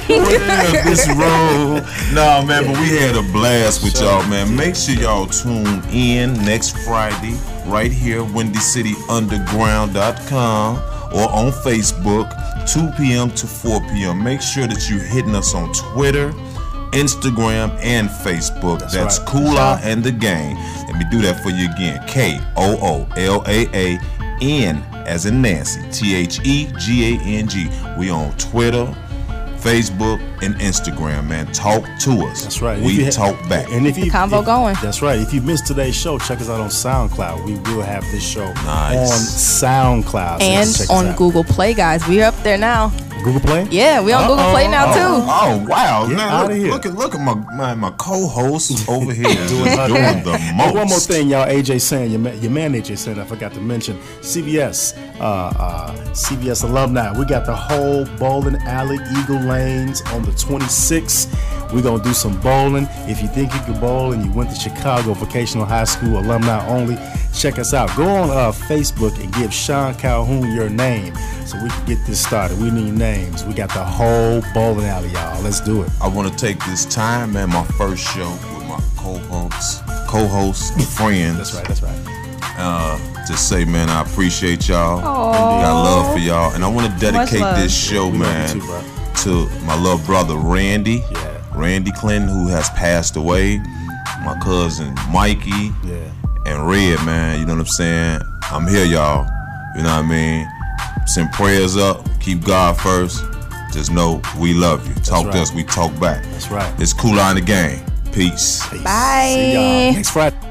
[SPEAKER 1] where this road. Nah, man, but we had a blast with y'all, man. Make sure y'all tune in next Friday right here, WindyCityUnderground.com or on Facebook, 2 p.m. to 4 p.m. Make sure that you're hitting us on Twitter. Instagram and Facebook. That's,
[SPEAKER 2] right.
[SPEAKER 1] Kula and the Gang. Let me do that for you again. K O O L A A N as in Nancy. T H E G A N G. We on Twitter, Facebook, and Instagram, man. Talk to us.
[SPEAKER 2] That's right. If
[SPEAKER 1] We
[SPEAKER 2] you ha-
[SPEAKER 1] talk back.
[SPEAKER 2] And if you
[SPEAKER 3] Convo
[SPEAKER 2] if-
[SPEAKER 3] going.
[SPEAKER 2] That's right. If you missed today's show, check us out on SoundCloud. We will have this show on SoundCloud. So
[SPEAKER 3] And
[SPEAKER 2] check us
[SPEAKER 3] on
[SPEAKER 2] out.
[SPEAKER 3] Google Play, guys. We're up there now.
[SPEAKER 2] Google Play.
[SPEAKER 3] Yeah, we on Google
[SPEAKER 2] Uh-oh.
[SPEAKER 3] Play now
[SPEAKER 1] Oh,
[SPEAKER 3] too.
[SPEAKER 1] oh, wow!
[SPEAKER 2] Get
[SPEAKER 1] Now,
[SPEAKER 2] outta
[SPEAKER 1] look,
[SPEAKER 2] here.
[SPEAKER 1] look at look at my my, my
[SPEAKER 2] (laughs)
[SPEAKER 1] co-host over here is just
[SPEAKER 2] her
[SPEAKER 1] doing
[SPEAKER 2] thing.
[SPEAKER 1] the most.
[SPEAKER 2] And one more thing, y'all. AJ saying your man, your man AJ saying I forgot to mention CBS, uh, uh, CBS alumni. We got the whole bowling alley, Eagle Lanes on the 26th. We're gonna do some bowling. If you think you can bowl and you went to Chicago Vocational High School alumni only, check us out. Go on uh, Facebook and give Sean Calhoun your name so we can get this started. We need names. We got the whole bowling alley, y'all. Let's do it.
[SPEAKER 1] I want to take this time, man. My first show with my co-hosts,
[SPEAKER 2] (laughs)
[SPEAKER 1] co-hosts, friends.
[SPEAKER 2] That's right. That's right.
[SPEAKER 1] uh, to say, man, I appreciate y'all. I got love for y'all. And I want to dedicate
[SPEAKER 3] love.
[SPEAKER 1] this show,
[SPEAKER 2] we love
[SPEAKER 1] man,
[SPEAKER 2] you too,
[SPEAKER 1] to my little brother, Randy.
[SPEAKER 2] Yeah.
[SPEAKER 1] Randy Clinton, who has passed away. My cousin, Mikey.
[SPEAKER 2] Yeah.
[SPEAKER 1] And Red, man. You know what I'm saying? I'm here, y'all. You know what I mean? Send prayers up. Keep God first. Just know we love you. Talk
[SPEAKER 2] right.
[SPEAKER 1] to us. We talk back.
[SPEAKER 2] That's right.
[SPEAKER 1] It's Cool on the Game. Peace.
[SPEAKER 3] Bye.
[SPEAKER 2] See y'all next Friday.